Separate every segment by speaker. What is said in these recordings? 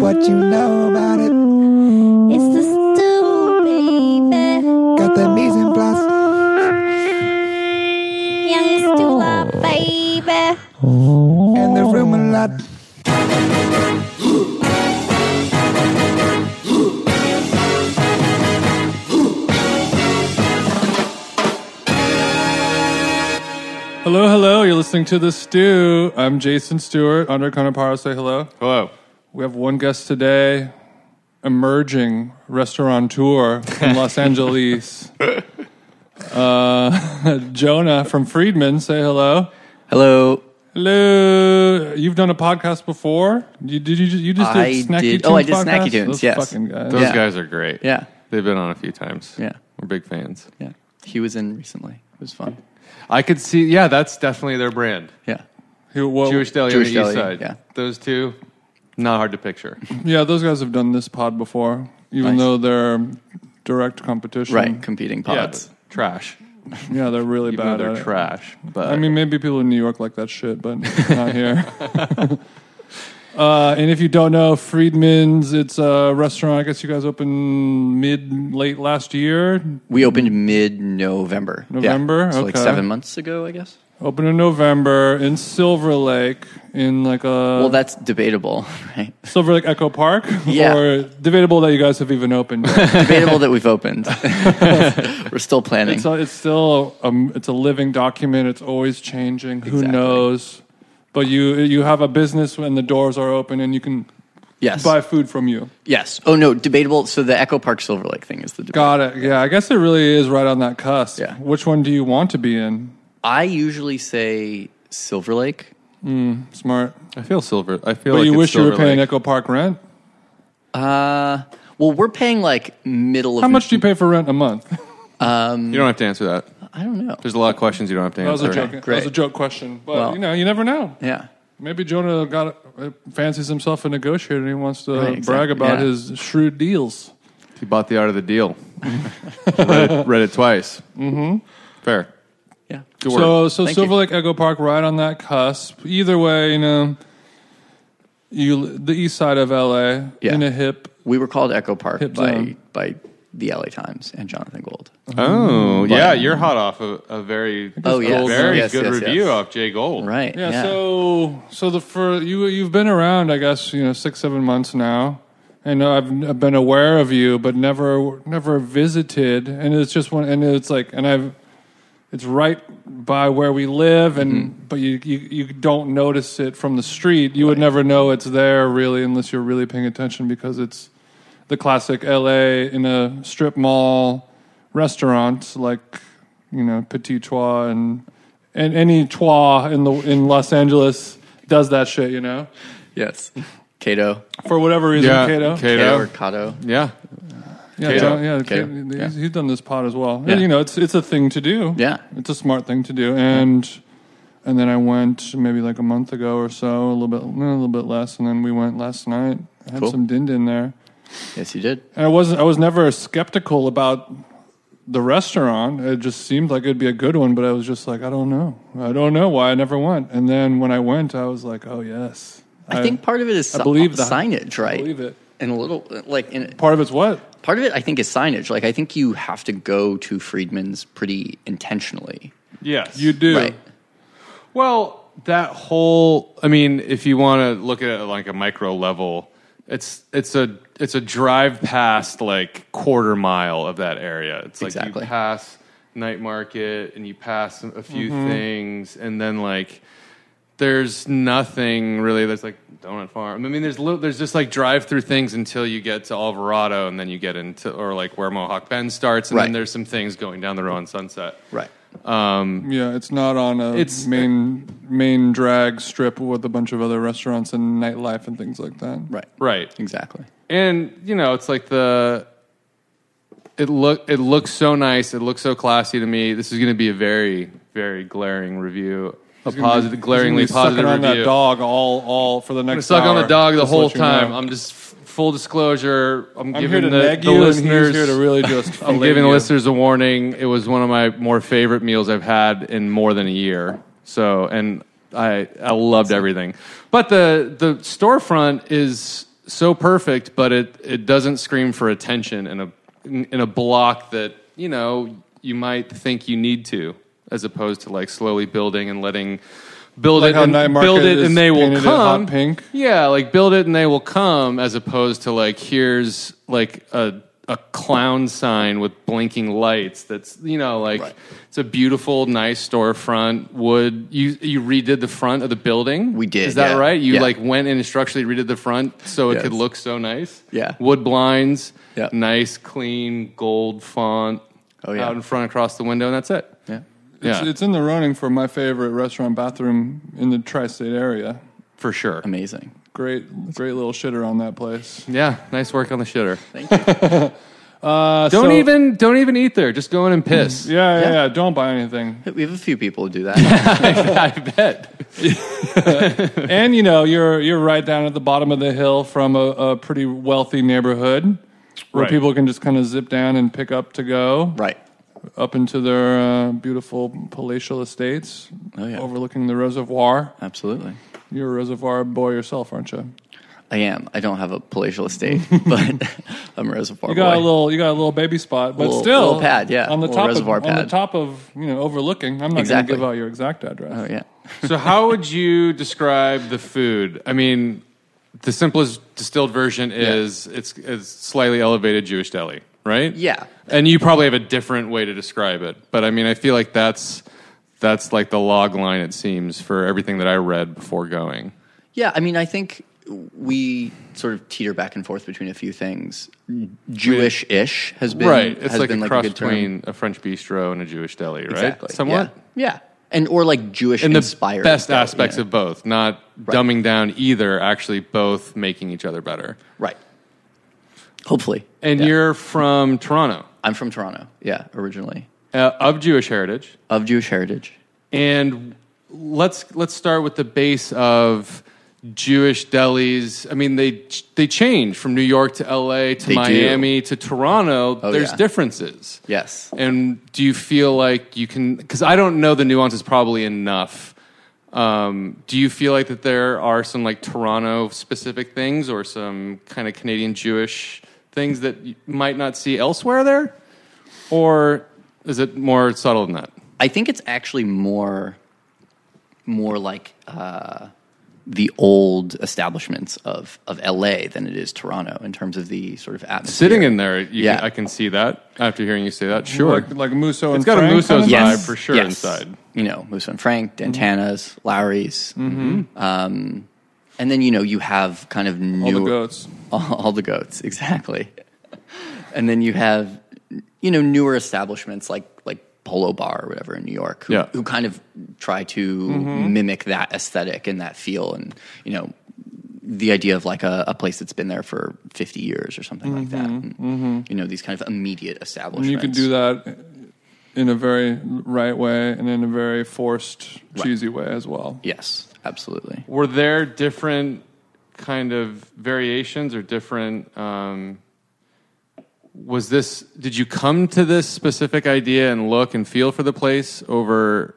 Speaker 1: what you know about it.
Speaker 2: It's the stew, baby.
Speaker 1: Got the mise en place.
Speaker 2: Young stew, baby.
Speaker 1: in the room a lot.
Speaker 3: Hello, hello. You're listening to The Stew. I'm Jason Stewart. Andre Conaparo, say hello.
Speaker 4: Hello.
Speaker 3: We have one guest today, emerging restaurateur from Los Angeles. Uh, Jonah from Friedman, say hello.
Speaker 5: Hello.
Speaker 3: Hello. You've done a podcast before. You, did you, just- you just did
Speaker 5: I
Speaker 3: Snacky Tunes
Speaker 5: did- oh, I did Snacky
Speaker 3: podcast?
Speaker 5: Tunes,
Speaker 3: Those
Speaker 5: yes.
Speaker 3: fucking guys.
Speaker 4: Those
Speaker 5: Yeah.
Speaker 4: guys are great.
Speaker 5: Yeah.
Speaker 4: They've been on a few times.
Speaker 5: Yeah.
Speaker 4: We're big fans.
Speaker 5: Yeah. He was in recently. It was fun.
Speaker 4: I could see, yeah, that's definitely their brand.
Speaker 5: Yeah.
Speaker 3: Who- what-
Speaker 4: Jewish Deli
Speaker 5: Jewish
Speaker 4: on the
Speaker 5: Deli,
Speaker 4: East Side.
Speaker 5: yeah.
Speaker 4: Those two, not hard to picture.
Speaker 3: Yeah, those guys have done this pod before, even
Speaker 5: Nice.
Speaker 3: though they're direct competition.
Speaker 5: Right. Competing
Speaker 4: yeah,
Speaker 5: pods.
Speaker 4: but trash.
Speaker 3: Yeah, they're really
Speaker 4: Even though
Speaker 3: bad
Speaker 4: they're
Speaker 3: at it.
Speaker 4: trash. But
Speaker 3: I mean, maybe people in New York like that shit, but not here. uh, and if you don't know, Friedman's, it's a restaurant. I guess you guys opened mid late last year.
Speaker 5: We opened mid November.
Speaker 3: November?
Speaker 5: So like
Speaker 3: Okay. Uh,
Speaker 5: seven months ago, I guess.
Speaker 3: Opened in November in Silver Lake, in like a
Speaker 5: well, that's debatable, right?
Speaker 3: Silver Lake Echo Park.
Speaker 5: Yeah.
Speaker 3: Or debatable that you guys have even opened. yet.
Speaker 5: debatable that we've opened. We're still planning.
Speaker 3: it's, a, it's still a, um, it's a living document. It's always changing. Who
Speaker 5: Exactly.
Speaker 3: knows? But you you have a business when the doors are open and you can
Speaker 5: yes.
Speaker 3: buy food from you.
Speaker 5: yes. Oh, no. Debatable. So the Echo Park Silver Lake thing is the debate.
Speaker 3: Got it. Yeah, I guess it really is right on that cusp.
Speaker 5: Yeah.
Speaker 3: Which one do you want to be in?
Speaker 5: I usually say Silver Lake.
Speaker 3: Smart.
Speaker 4: I feel silver. I feel
Speaker 3: But
Speaker 4: like
Speaker 3: you
Speaker 4: it's
Speaker 3: wish you were
Speaker 4: Silver
Speaker 3: paying
Speaker 4: Lake.
Speaker 3: Echo Park rent.
Speaker 5: Uh, well, we're paying like middle of.
Speaker 3: How much do you pay for rent a month?
Speaker 4: You don't have to answer that.
Speaker 5: I don't know.
Speaker 4: There's a lot of questions you don't have to
Speaker 3: That was
Speaker 4: answer.
Speaker 3: a joke. That was
Speaker 5: great.
Speaker 3: a joke question. But
Speaker 5: Well-
Speaker 3: you know, you never know.
Speaker 5: Yeah.
Speaker 3: Maybe Jonah got uh, fancies himself a negotiator and he wants to
Speaker 5: Right, exactly.
Speaker 3: brag about
Speaker 5: Yeah.
Speaker 3: his shrewd deals.
Speaker 4: He bought the art of the deal. read, it, read it twice. Mm-hmm. Fair.
Speaker 5: Yeah.
Speaker 4: Good work.
Speaker 3: So, so
Speaker 5: Thank
Speaker 3: Silver
Speaker 5: you.
Speaker 3: Lake Echo Park, right on that cusp. Either way, you know, you the east side of LA
Speaker 5: Yeah.
Speaker 3: in a hip.
Speaker 5: We were called Echo Park
Speaker 3: Hip
Speaker 5: by
Speaker 3: zone.
Speaker 5: by the LA Times and Jonathan Gold.
Speaker 4: Oh, yeah, you're hot off a, a very,
Speaker 5: Oh, yes.
Speaker 4: very
Speaker 5: Yes,
Speaker 4: good
Speaker 5: yes, yes.
Speaker 4: review off Jay Gold.
Speaker 5: Right.
Speaker 3: Yeah, So, so the for you you've been around, I guess you know six seven months now, and I've, I've been aware of you, but never never visited. And it's just one, and it's like, and I've it's right by where we live, and but you, you you don't notice it from the street. You would never know it's there really, unless you're really paying attention because it's the classic L.A. in a strip mall restaurant, like you know Petit Trois and and any Trois in the in Los Angeles does that shit, you know,
Speaker 5: Yes. Cato.
Speaker 3: for whatever reason.
Speaker 4: Yeah,
Speaker 3: Kato,
Speaker 5: Cato
Speaker 4: Cato.
Speaker 5: or Cato.
Speaker 4: Yeah.
Speaker 3: yeah,
Speaker 4: Kato.
Speaker 3: John- yeah,
Speaker 5: Kato,
Speaker 3: Kato,
Speaker 5: yeah.
Speaker 3: He's, he's done this pod as well.
Speaker 5: Yeah.
Speaker 3: And, you know, it's it's a thing to do.
Speaker 5: Yeah.
Speaker 3: it's a smart thing to do, and. And then I went maybe like a month ago or so, a little bit, a little bit less. And then we went last night. I had
Speaker 5: Cool.
Speaker 3: some din din there.
Speaker 5: Yes, you did.
Speaker 3: And I wasn't. I was never skeptical about the restaurant. It just seemed like it'd be a good one, but I was just like, I don't know. I don't know why I never went. And then when I went, I was like, oh yes.
Speaker 5: I, think part of it is
Speaker 3: I
Speaker 5: si-
Speaker 3: believe that.
Speaker 5: signage, right?
Speaker 3: believe it.
Speaker 5: And a little like in
Speaker 3: part of it's what
Speaker 5: part of it, I think is signage. Like I think you have to go to Friedman's pretty intentionally,
Speaker 4: Yes.
Speaker 3: you do.
Speaker 5: right?
Speaker 4: Well, that whole I mean, if you want to look at it like a micro level, it's it's a it's a drive past like quarter mile of that area. It's like
Speaker 5: Exactly.
Speaker 4: you pass night market and you pass a few
Speaker 5: Mm-hmm.
Speaker 4: things and then like there's nothing really that's like donut farm. I mean, there's little, there's just like drive through things until you get to Alvarado, and then you get into or like where Mohawk Bend starts, and then
Speaker 5: Right.
Speaker 4: there's some things going down the road on Sunset.
Speaker 5: Right.
Speaker 3: Yeah, it's not on a
Speaker 4: It's-
Speaker 3: main main drag strip with a bunch of other restaurants and nightlife and things like that.
Speaker 5: Right.
Speaker 4: Right.
Speaker 5: Exactly.
Speaker 4: and you know it's like the it look it looks so nice it looks so classy to me this is going to be a very very glaring review a positive glaringly
Speaker 3: He's gonna be
Speaker 4: positive
Speaker 3: sucking on that
Speaker 4: review
Speaker 3: dog all all for the
Speaker 4: I'm
Speaker 3: next.
Speaker 4: suck on the
Speaker 3: hour,
Speaker 4: dog the
Speaker 3: just
Speaker 4: whole
Speaker 3: let you know.
Speaker 4: time i'm just f- full disclosure i'm,
Speaker 3: I'm here
Speaker 4: giving
Speaker 3: to
Speaker 4: the,
Speaker 3: nag
Speaker 4: the
Speaker 3: you, and he's
Speaker 4: listeners
Speaker 3: here to really just.
Speaker 4: i'm
Speaker 3: fillet
Speaker 4: giving the
Speaker 3: you.
Speaker 4: listeners a warning it was one of my more favorite meals i've had in more than a year so and i i loved everything but the the storefront is so perfect, but it it doesn't scream for attention in a in a block that you know you might think you need to, as opposed to like slowly building and letting build
Speaker 3: Like
Speaker 4: it
Speaker 3: how
Speaker 4: and
Speaker 3: Night Market
Speaker 4: build it
Speaker 3: is
Speaker 4: and they will
Speaker 3: painted in hot
Speaker 4: come
Speaker 3: pink.
Speaker 4: Yeah, like build it and they will come, as opposed to like here's like a a clown sign with blinking lights. That's you know like
Speaker 5: Right.
Speaker 4: it's a beautiful, nice storefront. Wood you you redid the front of the building.
Speaker 5: We did,
Speaker 4: Is that
Speaker 5: yeah.
Speaker 4: right? You
Speaker 5: Yeah.
Speaker 4: like went in and structurally redid the front so it
Speaker 5: Yes.
Speaker 4: could look so nice.
Speaker 5: Yeah.
Speaker 4: Wood blinds.
Speaker 5: Yeah.
Speaker 4: Nice, clean gold font.
Speaker 5: Oh, yeah.
Speaker 4: Out in front across the window, and that's it.
Speaker 5: Yeah.
Speaker 4: Yeah,
Speaker 3: It's, it's in the running for my favorite restaurant bathroom in the tri-state area.
Speaker 4: for sure.
Speaker 5: Amazing.
Speaker 3: Great, great little shitter on that place.
Speaker 4: Yeah, nice work on the shitter.
Speaker 3: Uh,
Speaker 4: Don't
Speaker 3: so-
Speaker 4: even don't even eat there. Just go in and piss.
Speaker 3: Yeah, yeah,
Speaker 5: Yeah.
Speaker 3: yeah. Don't buy anything.
Speaker 5: We have a few people who do that.
Speaker 4: I bet.
Speaker 3: and you know, you're you're right down at the bottom of the hill from a, a pretty wealthy neighborhood where
Speaker 4: Right.
Speaker 3: people can just kind of zip down and pick up to go
Speaker 5: right.
Speaker 3: up into their uh, beautiful palatial estates
Speaker 5: Oh, yeah.
Speaker 3: overlooking the reservoir.
Speaker 5: Absolutely.
Speaker 3: You're a reservoir boy yourself, aren't you?
Speaker 5: I am. I don't have a palatial estate, but I'm a reservoir
Speaker 3: You got
Speaker 5: boy.
Speaker 3: a little, you got a little baby spot, but
Speaker 5: Little-
Speaker 3: still,
Speaker 5: little pad, yeah,
Speaker 3: on the
Speaker 5: little
Speaker 3: top
Speaker 5: reservoir
Speaker 3: of, on
Speaker 5: pad.
Speaker 3: the top of you know overlooking. I'm not
Speaker 5: Exactly.
Speaker 3: going to give out your exact address.
Speaker 5: oh yeah.
Speaker 4: So, how would you describe the food? I mean, the simplest distilled version is it's, it's slightly elevated Jewish deli, right?
Speaker 5: Yeah.
Speaker 4: And you probably have a different way to describe it, but I mean, I feel like that's that's like the log line it seems for everything that I read before going.
Speaker 5: Yeah, I mean, I think we sort of teeter back and forth between a few things. Jewish-ish has been
Speaker 4: right, it's
Speaker 5: has
Speaker 4: like
Speaker 5: been
Speaker 4: a cross
Speaker 5: good term.
Speaker 4: between a French bistro and a Jewish deli, right?
Speaker 5: exactly
Speaker 4: Somewhat.
Speaker 5: Yeah. yeah, and or like Jewish
Speaker 4: And the
Speaker 5: inspired
Speaker 4: best
Speaker 5: though,
Speaker 4: aspects
Speaker 5: yeah.
Speaker 4: of both, not dumbing down either, actually both making each other better.
Speaker 5: right. Hopefully,
Speaker 4: And
Speaker 5: Yeah.
Speaker 4: you're from Toronto,
Speaker 5: I'm from Toronto. Yeah, originally
Speaker 4: uh, of Jewish heritage,
Speaker 5: of Jewish heritage.
Speaker 4: and let's let's start with the base of Jewish delis. I mean, they they change from New York to L.A. to
Speaker 5: They do.
Speaker 4: Miami to Toronto.
Speaker 5: Oh,
Speaker 4: There's
Speaker 5: yeah.
Speaker 4: differences.
Speaker 5: Yes.
Speaker 4: And do you feel like you can? Because I don't know the nuances probably enough. Um, do you feel like that there are some like Toronto specific things or some kind of Canadian Jewish things that you might not see elsewhere there, or is it more subtle than that?
Speaker 5: I think it's actually more, more like uh, the old establishments of of LA than it is Toronto in terms of the sort of atmosphere.
Speaker 4: Sitting in there, you
Speaker 5: Yeah.
Speaker 4: can, I can see that after hearing you say that. Sure,
Speaker 3: like, like Musso and
Speaker 4: it's got a
Speaker 3: Frank kind
Speaker 4: Muso's
Speaker 3: of
Speaker 4: vibe
Speaker 3: thing?
Speaker 5: Yes.
Speaker 4: for sure
Speaker 5: Yes.
Speaker 4: inside.
Speaker 5: You know, Musso and Frank,
Speaker 3: Mm-hmm.
Speaker 5: Dantana's, Lowry's, um, and then you know you have kind of newer,
Speaker 3: All the goats.
Speaker 5: all, all the goats exactly, and then you have you know newer establishments like like Polo Bar or whatever in New York, who,
Speaker 4: Yeah.
Speaker 5: who kind of try to
Speaker 3: Mm-hmm.
Speaker 5: mimic that aesthetic and that feel, and you know the idea of like a, a place that's been there for 50 years or something like that and, you know these kind of immediate
Speaker 3: Mm-hmm.
Speaker 5: establishments
Speaker 3: And you can do that in a very right way and in a very forced, cheesy way as well.
Speaker 5: yes absolutely
Speaker 4: Were there different kind of variations or different? Um, was this? Did you come to this specific idea and look and feel for the place over?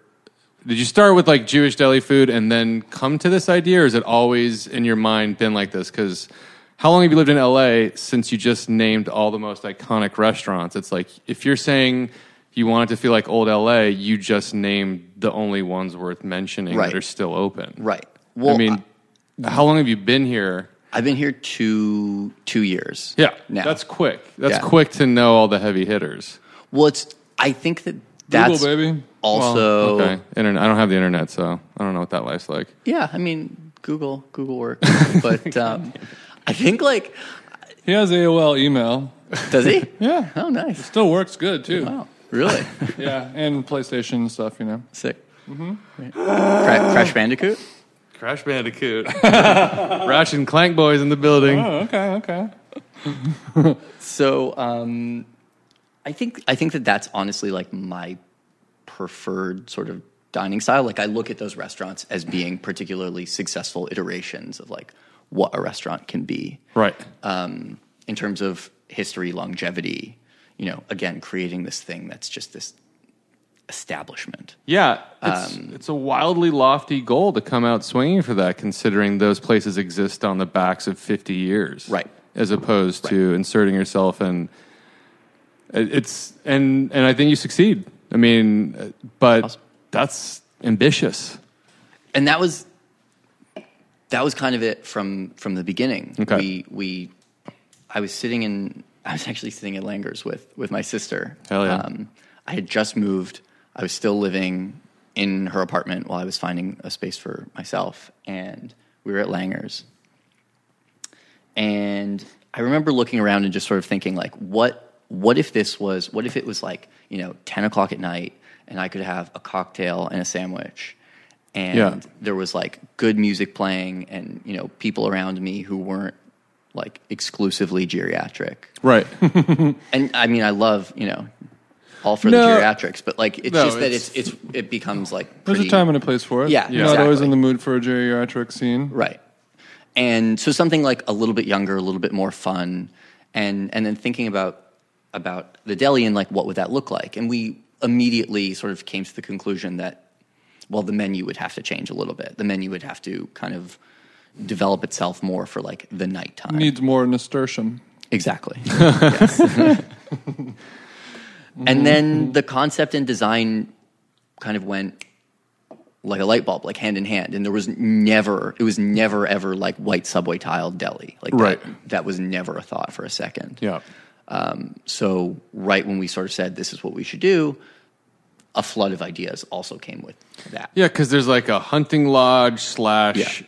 Speaker 4: Did you start with like Jewish deli food and then come to this idea, or is it always in your mind been like this? Because how long have you lived in LA since you just named all the most iconic restaurants? It's like if you're saying you want it to feel like old LA, you just named the only ones worth mentioning
Speaker 5: Right.
Speaker 4: that are still open.
Speaker 5: Right. Well,
Speaker 4: I mean, how long have you been here?
Speaker 5: I've been here two two years.
Speaker 4: Yeah,
Speaker 5: Now.
Speaker 4: that's quick. That's
Speaker 5: Yeah.
Speaker 4: quick to know all the heavy hitters.
Speaker 5: well, it's. I think that that's
Speaker 3: Google, baby.
Speaker 5: also.
Speaker 4: okay, internet. I don't have the internet, so I don't know what that life's like.
Speaker 5: Yeah, I mean Google Google works, but um, I think like
Speaker 3: He has AOL email.
Speaker 5: does he?
Speaker 3: Yeah.
Speaker 5: Oh, nice.
Speaker 3: Still works good, too.
Speaker 5: Wow, really
Speaker 3: Yeah, and PlayStation and stuff, you know.
Speaker 5: sick.
Speaker 4: Mm-hmm.
Speaker 5: Right. Cra- Crash Bandicoot.
Speaker 4: Crash Bandicoot, Ratchet and Clank boys in the building.
Speaker 3: Oh, okay, okay.
Speaker 5: So um, I think I think that that's honestly like my preferred sort of dining style. Like I look at those restaurants as being particularly successful iterations of like what a restaurant can be.
Speaker 4: Right.
Speaker 5: um, in terms of history, longevity. You know, again, creating this thing that's just this establishment.
Speaker 4: Yeah, it's,
Speaker 5: Um,
Speaker 4: it's a wildly lofty goal to come out swinging for that, considering those places exist on the backs of 50 years.
Speaker 5: Right.
Speaker 4: As opposed to inserting yourself in. It- It's and and I think you succeed. I mean, uh, but
Speaker 5: Awesome.
Speaker 4: that's ambitious.
Speaker 5: and that was that was kind of it from from the beginning.
Speaker 4: Okay.
Speaker 5: We we I was sitting in I was actually sitting at Langer's with with my sister. Um,
Speaker 4: Hell yeah.
Speaker 5: I had just moved. I was still living in her apartment while I was finding a space for myself, and we were at Langer's. And I remember looking around and just sort of thinking, like, what what if this was what if it was like you know ten o'clock at night and I could have a cocktail and a sandwich, and
Speaker 4: Yeah.
Speaker 5: there was like good music playing and you know people around me who weren't like exclusively geriatric.
Speaker 4: Right.
Speaker 5: And I mean, I love you know all for
Speaker 4: No.
Speaker 5: the geriatrics, but like it's
Speaker 4: No,
Speaker 5: just that
Speaker 4: it's-
Speaker 5: it's it's it becomes like
Speaker 3: There's
Speaker 5: pretty,
Speaker 3: a time and a place for it.
Speaker 5: Yeah,
Speaker 3: You're not always
Speaker 5: exactly.
Speaker 3: in the mood for a geriatric scene.
Speaker 5: Right. And so something like a little bit younger, a little bit more fun, and and then thinking about about the deli and like what would that look like, and we immediately sort of came to the conclusion that well, the menu would have to change a little bit. The menu would have to kind of develop itself more for like the nighttime.
Speaker 3: Needs more nasturtium.
Speaker 5: Exactly. Yes. and then the concept and design kind of went like a light bulb, like hand in hand. And there was never, it was never ever like white subway tiled deli. Like that-
Speaker 4: Right.
Speaker 5: that was never a thought for a second.
Speaker 4: yeah.
Speaker 5: So right when we sort of said this is what we should do, a flood of ideas also came with that.
Speaker 4: Yeah, because there's like a hunting lodge slash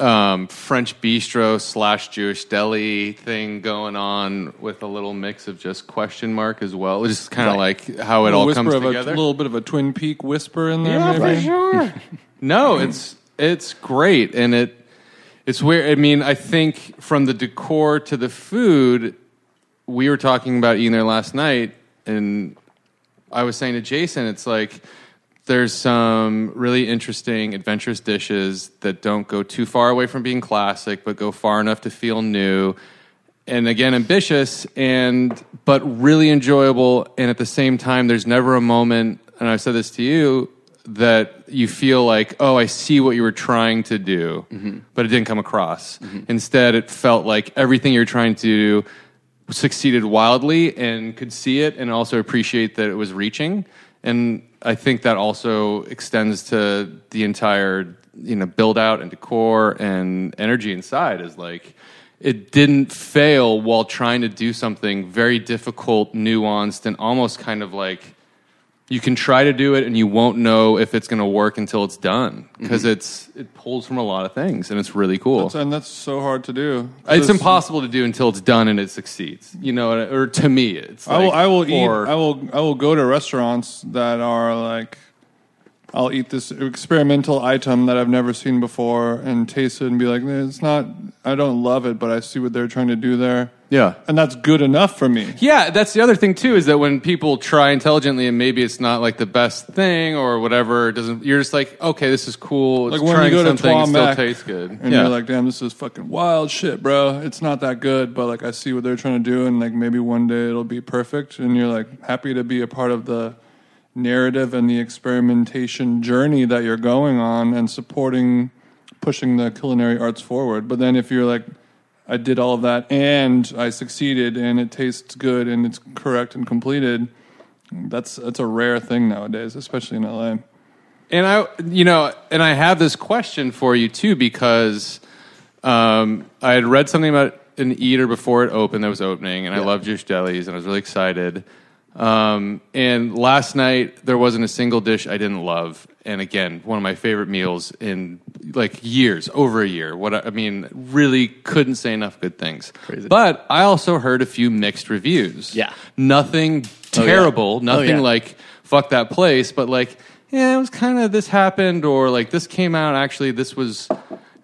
Speaker 4: um, French bistro slash Jewish deli thing going on with a little mix of just question mark as well. It's just kind of
Speaker 5: Right.
Speaker 4: like how it
Speaker 3: A
Speaker 4: all
Speaker 3: whisper
Speaker 4: comes
Speaker 3: of a
Speaker 4: together.
Speaker 3: little bit of a Twin Peak whisper in there. maybe?
Speaker 4: sure. no, it's it's great, and it it's weird. I mean, I think from the decor to the food, we were talking about eating there last night, and I was saying to Jason, it's like there's some really interesting adventurous dishes that don't go too far away from being classic, but go far enough to feel new. And again, ambitious and but really enjoyable. And at the same time, there's never a moment, and I've said this to you, that you feel like, oh, I see what you were trying to do, but it didn't come across. Instead, it felt like everything you're trying to do succeeded wildly and could see it and also appreciate that it was reaching. And I think that also extends to the entire you know build out and decor and energy inside is like it didn't fail while trying to do something very difficult, nuanced, and almost kind of like you can try to do it and you won't know if it's going to work until it's done because it's it pulls from a lot of things and it's really cool.
Speaker 3: That's- and that's so hard to do.
Speaker 4: It's
Speaker 3: This-
Speaker 4: impossible to do until it's done and it succeeds. You know, and- or to me, it's.
Speaker 3: I will.
Speaker 4: like-
Speaker 3: I will
Speaker 4: or-
Speaker 3: eat. I will. I will go to restaurants that are like. I'll eat this experimental item that I've never seen before and taste it and be like, it's not. I don't love it, but I see what they're trying to do there.
Speaker 4: Yeah.
Speaker 3: and that's good enough for me.
Speaker 4: Yeah, that's the other thing too is that when people try intelligently and maybe it's not like the best thing or whatever, it doesn't. You're just like, okay, this is cool. It's
Speaker 3: Like when
Speaker 4: trying
Speaker 3: you go to
Speaker 4: something, it
Speaker 3: Tuam
Speaker 4: still
Speaker 3: Mac
Speaker 4: tastes good.
Speaker 3: and
Speaker 4: yeah.
Speaker 3: you're like, damn, this is fucking wild shit, bro. It's not that good, but like I see what they're trying to do, and like maybe one day it'll be perfect. And you're like happy to be a part of the narrative and the experimentation journey that you're going on and supporting, pushing the culinary arts forward. But then if you're like, I did all of that and I succeeded and it tastes good and it's correct and completed. That's that's a rare thing nowadays, especially in LA.
Speaker 4: And I, you know, and I have this question for you too because um, I had read something about an eater before it opened that was opening, and I love Jewish delis, and I was really excited. Um, and last night there wasn't a single dish I didn't love, and again, one of my favorite meals in like years, over a year. What I, I mean, really couldn't say enough good things.
Speaker 5: Crazy.
Speaker 4: But I also heard a few mixed reviews.
Speaker 5: Yeah.
Speaker 4: nothing
Speaker 5: Oh, yeah.
Speaker 4: terrible,
Speaker 5: Oh,
Speaker 4: nothing
Speaker 5: yeah.
Speaker 4: like like fuck that place, but like yeah, it was kind of this happened or like this came out actually this was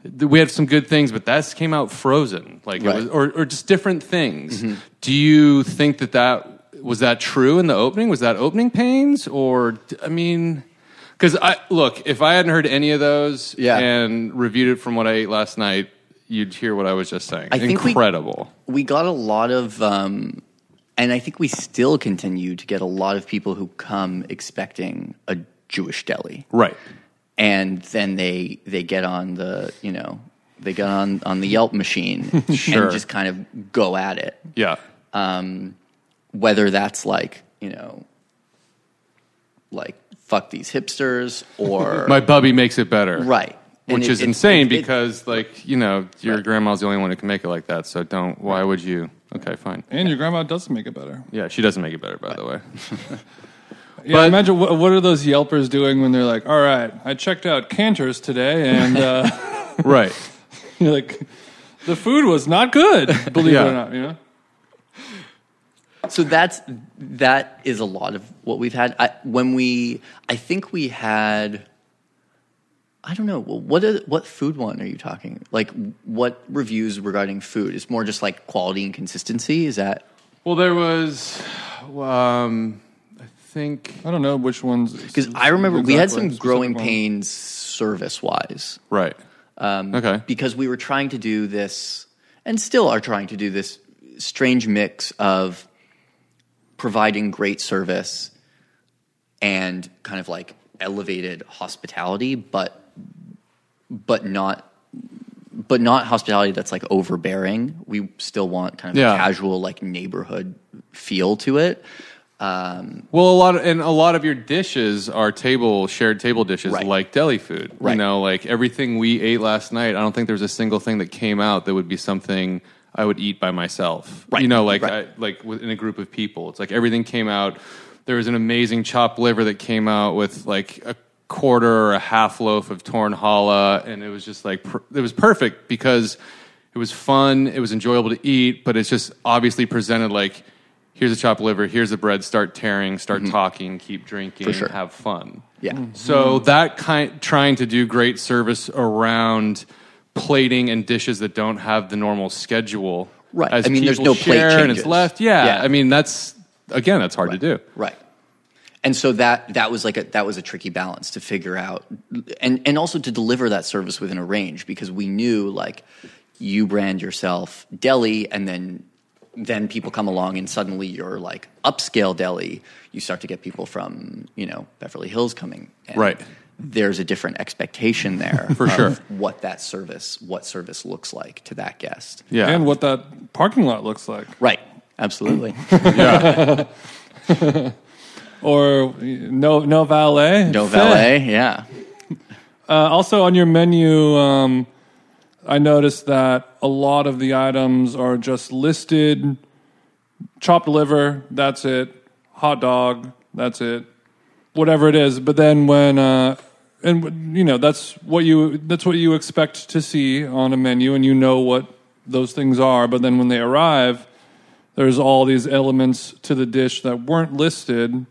Speaker 4: th- we had some good things, but that came out frozen, like it
Speaker 5: Right. Mm-hmm.
Speaker 4: was, or or just different things. Do you think that that was that true in the opening? Was that opening pains or d- I mean? Because I look, if I hadn't heard any of those
Speaker 5: Yeah.
Speaker 4: and reviewed it from what I ate last night, you'd hear what I was just saying.
Speaker 5: I think we-
Speaker 4: Incredible.
Speaker 5: we got a lot of um, and I think we still continue to get a lot of people who come expecting a Jewish deli,
Speaker 4: Right.
Speaker 5: and then they they get on the you know they get on on the Yelp machine
Speaker 4: Sure.
Speaker 5: and just kind of go at it, Um,
Speaker 4: Yeah.
Speaker 5: Uh, whether that's like you know like fuck these hipsters or
Speaker 4: My bubby makes it better.
Speaker 5: right, And
Speaker 4: Which
Speaker 5: it-
Speaker 4: is
Speaker 5: it-
Speaker 4: insane
Speaker 5: it- it-
Speaker 4: because, like, you know, your grandma's the only one who can make it like that. So don't. Why would you? Okay, fine.
Speaker 3: And your grandma does make it better.
Speaker 4: Yeah, she doesn't make it better, by the way.
Speaker 3: Yeah, imagine what, what are those Yelpers doing when they're like, all right, I checked out Cantor's today, and uh,
Speaker 4: right.
Speaker 3: you're like, the food was not good, believe it
Speaker 4: Yeah.
Speaker 3: or not, you know?
Speaker 5: so that's that is a lot of what we've had I, when we i think we had i don't know well, what are, what food one are you talking like what reviews regarding food it's more just like quality and consistency is that
Speaker 4: Well, there was, um, I think.
Speaker 3: I don't know which ones. Because
Speaker 5: because i remember we had some growing
Speaker 3: pain.
Speaker 5: pains service wise
Speaker 4: Right. okay.
Speaker 5: because we were trying to do this and still are trying to do this strange mix of providing great service and kind of like elevated hospitality but but not but not hospitality that's like overbearing we still want kind of
Speaker 4: Yeah.
Speaker 5: a casual like neighborhood feel to it Um,
Speaker 4: Well, a lot of, and a lot of your dishes are table shared table dishes
Speaker 5: Right.
Speaker 4: like deli food. You
Speaker 5: Right.
Speaker 4: know, like everything we ate last night. I don't think there was a single thing that came out that would be something I would eat by myself.
Speaker 5: Right.
Speaker 4: You know, like I,
Speaker 5: Right.
Speaker 4: like with- in a group of people. It's like everything came out. There was an amazing chopped liver that came out with like a quarter or a half loaf of torn challah, and it was just like per- it was perfect because it was fun, it was enjoyable to eat, but it's just obviously presented like here's a chopped liver, here's the bread, start tearing, start talking, keep drinking,
Speaker 5: Mm-hmm. For sure.
Speaker 4: have fun.
Speaker 5: yeah
Speaker 4: So that kind trying to do great service around plating and dishes that don't have the normal schedule.
Speaker 5: Right.
Speaker 4: As
Speaker 5: I mean, there's
Speaker 4: people
Speaker 5: no plate
Speaker 4: share and it's
Speaker 5: changes.
Speaker 4: left. Yeah.
Speaker 5: Yeah.
Speaker 4: I mean, that's again, that's hard to do.
Speaker 5: Right. And so that that was like a that was a tricky balance to figure out and and also to deliver that service within a range because we knew like you brand yourself deli and then then people come along and suddenly you're like upscale deli you start to get people from you know Beverly Hills coming and
Speaker 4: Right.
Speaker 5: there's a different expectation there
Speaker 4: For
Speaker 5: of
Speaker 4: sure.
Speaker 5: what that service what service looks like to that guest
Speaker 4: Yeah.
Speaker 3: And what that parking lot looks like.
Speaker 5: right absolutely
Speaker 3: Or no, no valet.
Speaker 5: no
Speaker 3: Fit.
Speaker 5: valet yeah
Speaker 3: Uh, also, on your menu, um, I noticed that a lot of the items are just listed chopped liver, that's it, hot dog, that's it, whatever it is. But then when, uh, and you know that's what you that's what you expect to see on a menu, and you know what those things are. But then when they arrive, there's all these elements to the dish that weren't listed,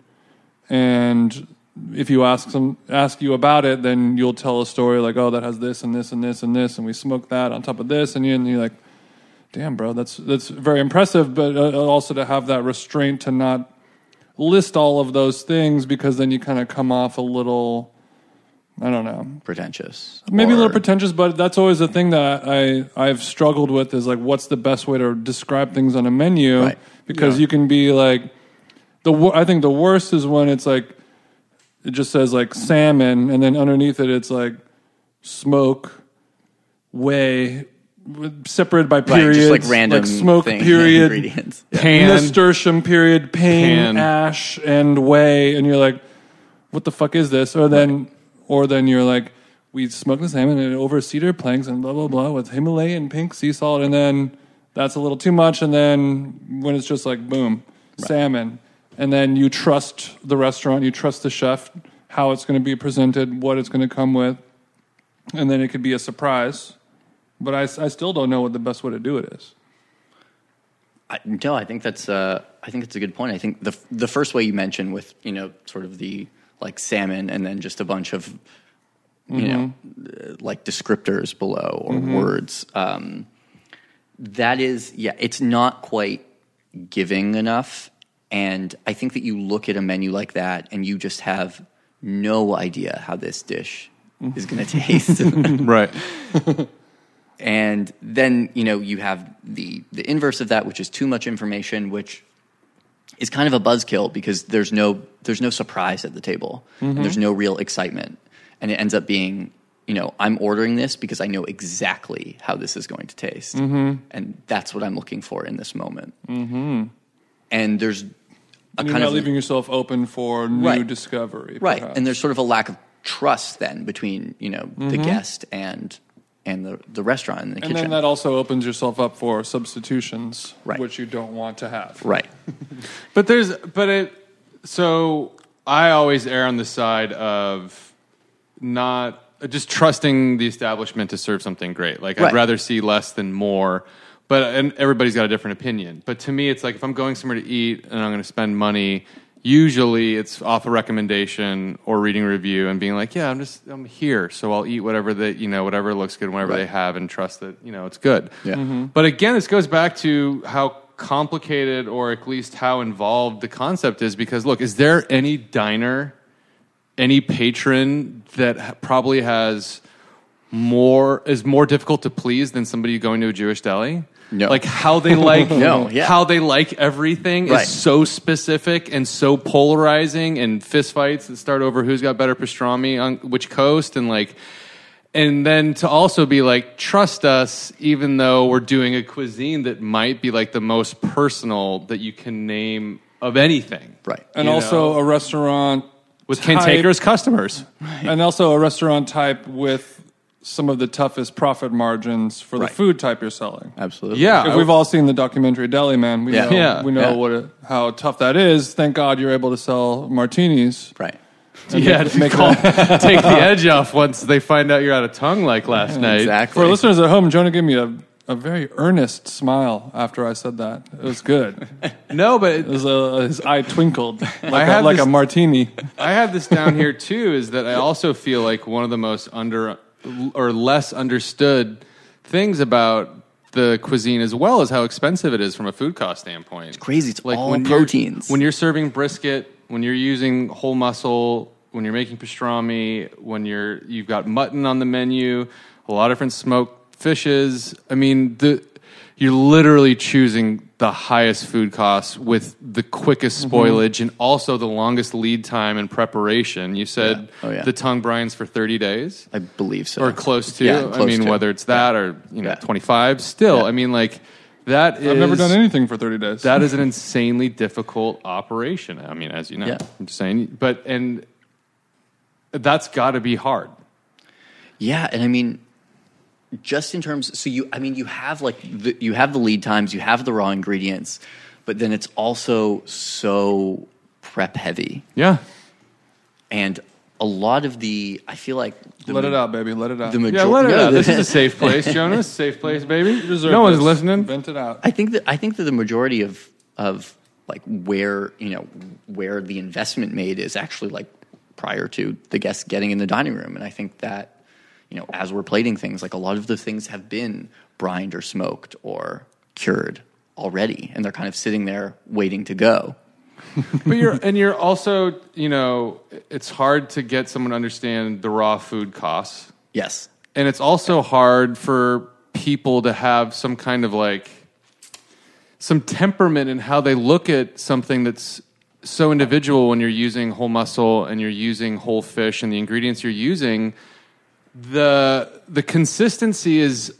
Speaker 3: and if you ask some ask you about it, then you'll tell a story like, "Oh, that has this and this and this and this, and we smoked that on top of this," and you- and you're like, "Damn, bro, that's that's very impressive." But uh, also to have that restraint to not list all of those things because then you kind of come off a little, I don't know,
Speaker 5: pretentious
Speaker 3: maybe a
Speaker 5: Or-
Speaker 3: little pretentious, but that's always a thing that I I've struggled with is like what's the best way to describe things on a menu
Speaker 5: Right.
Speaker 3: because you can be like the wor- I think the worst is when it's like it just says like salmon and then underneath it it's like smoke way with- separated by
Speaker 5: Right,
Speaker 3: periods
Speaker 5: just like random
Speaker 3: smoke
Speaker 5: thing-
Speaker 3: period
Speaker 5: ingredients. Yeah.
Speaker 4: Pan.
Speaker 3: nasturtium period pain
Speaker 4: Pan.
Speaker 3: ash and way and you're like what the fuck is this? Or then, or then you're like, we smoked this salmon and over cedar planks and blah blah blah with Himalayan pink sea salt, and then that's a little too much. And then when it's just like boom, salmon, and then you trust the restaurant, you trust the chef, how it's going to be presented, what it's going to come with, and then it could be a surprise. But I, I still don't know what the best way to do it is.
Speaker 5: I, no, I think that's uh, I think it's a good point. I think the the first way you mentioned with you know sort of the like salmon and then just a bunch of you
Speaker 3: Mm-hmm.
Speaker 5: know uh, like descriptors below or words. Um, that is yeah, it's not quite giving enough, and I think that you look at a menu like that and you just have no idea how this dish is going to taste.
Speaker 4: Right.
Speaker 5: and then you know you have the the inverse of that which is too much information which is kind of a buzzkill because there's no there's no surprise at the table
Speaker 3: Mm-hmm.
Speaker 5: and there's no real excitement and it ends up being you know i'm ordering this because i know exactly how this is going to taste
Speaker 3: Mm-hmm.
Speaker 5: and that's what i'm looking for in this moment mm-hmm. and there's a
Speaker 3: And you're
Speaker 5: kind
Speaker 3: not
Speaker 5: of
Speaker 3: leaving yourself open for new
Speaker 5: Right.
Speaker 3: discovery.
Speaker 5: right
Speaker 3: perhaps.
Speaker 5: and there's sort of a lack of trust then between you know the guest and and the, the restaurant and the
Speaker 3: Mm-hmm. And
Speaker 5: kitchen
Speaker 3: then that also opens yourself up for substitutions,
Speaker 5: Right.
Speaker 3: which you don't want to have.
Speaker 5: right
Speaker 4: But there's, but it, so I always err on the side of not just trusting the establishment to serve something great. Like
Speaker 5: Right.
Speaker 4: I'd rather see less than more. But and everybody's got a different opinion. But to me, it's like if I'm going somewhere to eat and I'm going to spend money, usually it's off a recommendation or reading a review and being like, yeah, I'm just I'm here, so I'll eat whatever that you know, whatever looks good, whatever
Speaker 5: Right.
Speaker 4: they have, and trust that you know it's good.
Speaker 5: Yeah.
Speaker 4: But again, this goes back to how complicated or at least how involved the concept is because look, is there any diner, any patron that ha- probably has more is more difficult to please than somebody going to a Jewish deli?
Speaker 5: No.
Speaker 4: Like how they like
Speaker 5: No, yeah.
Speaker 4: how they like everything
Speaker 5: Right.
Speaker 4: is so specific and so polarizing and fistfights that start over who's got better pastrami on which coast and like and then to also be like trust us even though we're doing a cuisine that might be like the most personal that you can name of anything
Speaker 5: right
Speaker 3: And
Speaker 4: You
Speaker 3: also a restaurant
Speaker 4: with
Speaker 3: type-
Speaker 4: cantankerous customers
Speaker 3: and also a restaurant type with some of the toughest profit margins for
Speaker 5: Right.
Speaker 3: the food type you're selling.
Speaker 5: absolutely
Speaker 4: yeah
Speaker 3: If we've all seen the documentary Deli Man, we
Speaker 5: Yeah.
Speaker 3: know,
Speaker 4: Yeah.
Speaker 3: we know
Speaker 5: Yeah.
Speaker 3: what it, how tough that is. Thank God you're able to sell martinis.
Speaker 5: right
Speaker 4: yeah to call- take the edge off once they find out you're out of tongue like last night
Speaker 5: exactly
Speaker 3: For listeners at home, Jonah gave me a, a very earnest smile after I said that. It was good. It
Speaker 4: no but it,
Speaker 3: was a, his eye twinkled like, a,
Speaker 4: have
Speaker 3: like
Speaker 4: this-
Speaker 3: a martini.
Speaker 4: I have this down here too. Is that I also feel like one of the most under or less understood things about the cuisine as well is how expensive it is from a food cost standpoint. It's
Speaker 5: crazy. It's all
Speaker 4: you're-
Speaker 5: proteins.
Speaker 4: when you're serving brisket, when you're using whole muscle, when you're making pastrami, when you're you've got mutton on the menu, a lot of different smoked fishes. I mean, the you're literally choosing the highest food costs with the quickest
Speaker 5: Mm-hmm.
Speaker 4: spoilage and also the longest lead time and preparation. You said
Speaker 5: Yeah. Oh, yeah.
Speaker 4: the tongue brines for 30 days
Speaker 5: I believe so.
Speaker 4: or close to.
Speaker 5: Yeah,
Speaker 4: I
Speaker 5: close
Speaker 4: mean,
Speaker 5: to.
Speaker 4: whether it's that or you know
Speaker 5: Yeah.
Speaker 4: 25, still,
Speaker 5: Yeah.
Speaker 4: I mean, like that
Speaker 3: I've never
Speaker 4: is-
Speaker 3: done anything for 30 days.
Speaker 4: that is an insanely difficult operation. I mean, as you know,
Speaker 5: Yeah.
Speaker 4: I'm just saying. But and that's got to be hard.
Speaker 5: Yeah, and I mean, just in terms, so you, I mean, you have like the, you have the lead times, you have the raw ingredients, but then it's also so prep heavy,
Speaker 4: Yeah,
Speaker 5: and a lot of the, I feel like, the
Speaker 3: let it
Speaker 5: ma-
Speaker 3: out, baby. Let it out.
Speaker 5: The majority.
Speaker 4: yeah. Let it out. This is a safe place, Jonas. Safe place, baby.
Speaker 3: You deserve
Speaker 4: No one's
Speaker 3: this.
Speaker 4: listening.
Speaker 3: Vent it out.
Speaker 5: I think that I think that the majority of of like where you know where the investment made is actually like prior to the guests getting in the dining room, and I think that you know as we're plating things, like a lot of the things have been brined or smoked or cured already, and they're kind of sitting there waiting to go.
Speaker 4: but you're and you're also you know it's hard to get someone to understand the raw food costs,
Speaker 5: Yes,
Speaker 4: and it's also hard for people to have some kind of like some temperament in how they look at something that's so individual when you're using whole muscle and you're using whole fish and the ingredients you're using the the consistency is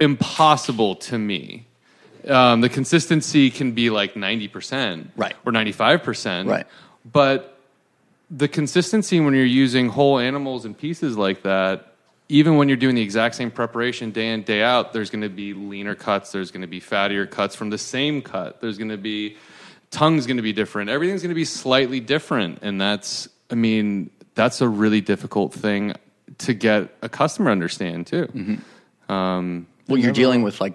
Speaker 4: impossible to me um, the consistency can be like 90%
Speaker 5: Right.
Speaker 4: or 95%
Speaker 5: Right.
Speaker 4: but the consistency when you're using whole animals and pieces like that even when you're doing the exact same preparation day in day out there's going to be leaner cuts there's going to be fattier cuts from the same cut there's going to be tongue's going to be different everything's going to be slightly different and that's i mean that's a really difficult thing to get a customer to understand too
Speaker 5: well, you're dealing with like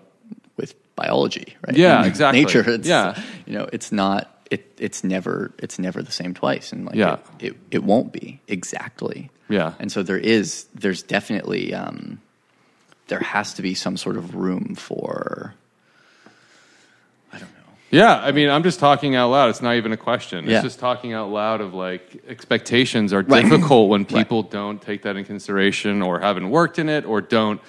Speaker 5: with biology, right?
Speaker 4: Yeah,
Speaker 5: And
Speaker 4: exactly.
Speaker 5: Nature. It's,
Speaker 4: Yeah.
Speaker 5: you know, it's not. It, it's never it's never the same twice, and like
Speaker 4: Yeah.
Speaker 5: it, it it won't be exactly.
Speaker 4: Yeah.
Speaker 5: and so there is there's definitely um, there has to be some sort of room for
Speaker 4: Yeah, I mean, I'm just talking out loud. It's not even a question.
Speaker 5: Yeah.
Speaker 4: It's just talking out loud of like expectations are
Speaker 5: Right.
Speaker 4: difficult when people don't take that in consideration or haven't worked in it or don't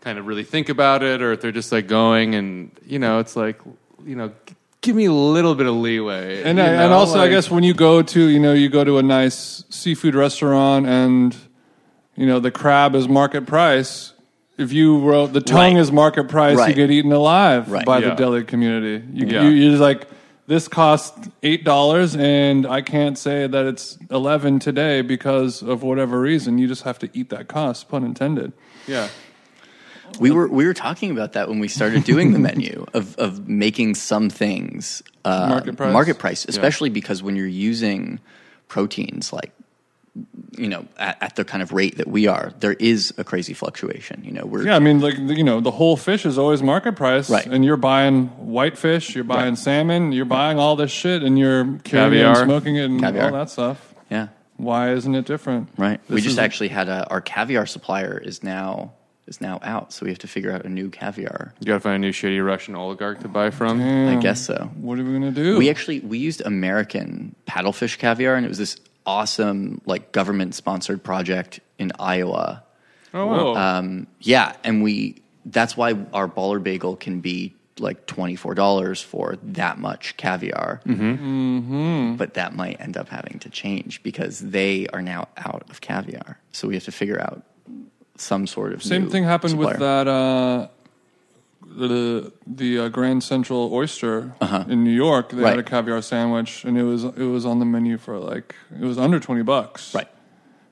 Speaker 4: kind of really think about it or if they're just like going and, you know, it's like, you know, g- give me a little bit of leeway.
Speaker 3: And
Speaker 4: you
Speaker 3: I, and
Speaker 4: know,
Speaker 3: also, I
Speaker 4: like-
Speaker 3: guess when you go to you know you go to a nice seafood restaurant and you know the crab is market price. If you wrote the tongue
Speaker 5: Right.
Speaker 3: is market price, you
Speaker 5: Right.
Speaker 3: get eaten alive
Speaker 5: Right.
Speaker 3: by the
Speaker 4: Yeah.
Speaker 3: deli community. You,
Speaker 4: Yeah.
Speaker 3: you you're just like this cost eight dollars, and I can't say that it's eleven today because of whatever reason. You just have to eat that cost, pun intended.
Speaker 4: yeah.
Speaker 5: We were we were talking about that when we started doing the menu of of making some things uh,
Speaker 3: Market price?
Speaker 5: market price, especially because when you're using proteins like you know at, at the kind of rate that we are, there is a crazy fluctuation. You know, we're
Speaker 3: Yeah, I mean, like you know, the whole fish is always market price,
Speaker 5: Right.
Speaker 3: and you're buying white fish, you're buying salmon, you're buying all this shit, and you're carrying it and
Speaker 4: Caviar.
Speaker 3: smoking it, and
Speaker 5: Caviar.
Speaker 3: all that stuff.
Speaker 5: yeah,
Speaker 3: Why isn't it different?
Speaker 5: right. we
Speaker 3: This
Speaker 5: just
Speaker 3: is-
Speaker 5: actually had a, our caviar supplier is now is now out, so we have to figure out a new caviar.
Speaker 4: You gotta find a new shady Russian oligarch to buy from.
Speaker 5: I guess so.
Speaker 3: What are we gonna do?
Speaker 5: We actually we used American paddlefish caviar, and it was this awesome like government sponsored project in Iowa.
Speaker 4: Oh, wow.
Speaker 5: Um, yeah, and we that's why our baller bagel can be like twenty four dollars for that much caviar.
Speaker 3: Mm-hmm.
Speaker 5: But that might end up having to change because they are now out of caviar, so we have to figure out some sort of
Speaker 3: Same
Speaker 5: new
Speaker 3: thing happened with
Speaker 5: supplier.
Speaker 3: that uh, the the uh, Grand Central Oyster in New York. They had
Speaker 5: Uh-huh. Right.
Speaker 3: a caviar sandwich, and it was it was on the menu for like it was under twenty bucks.
Speaker 5: Right.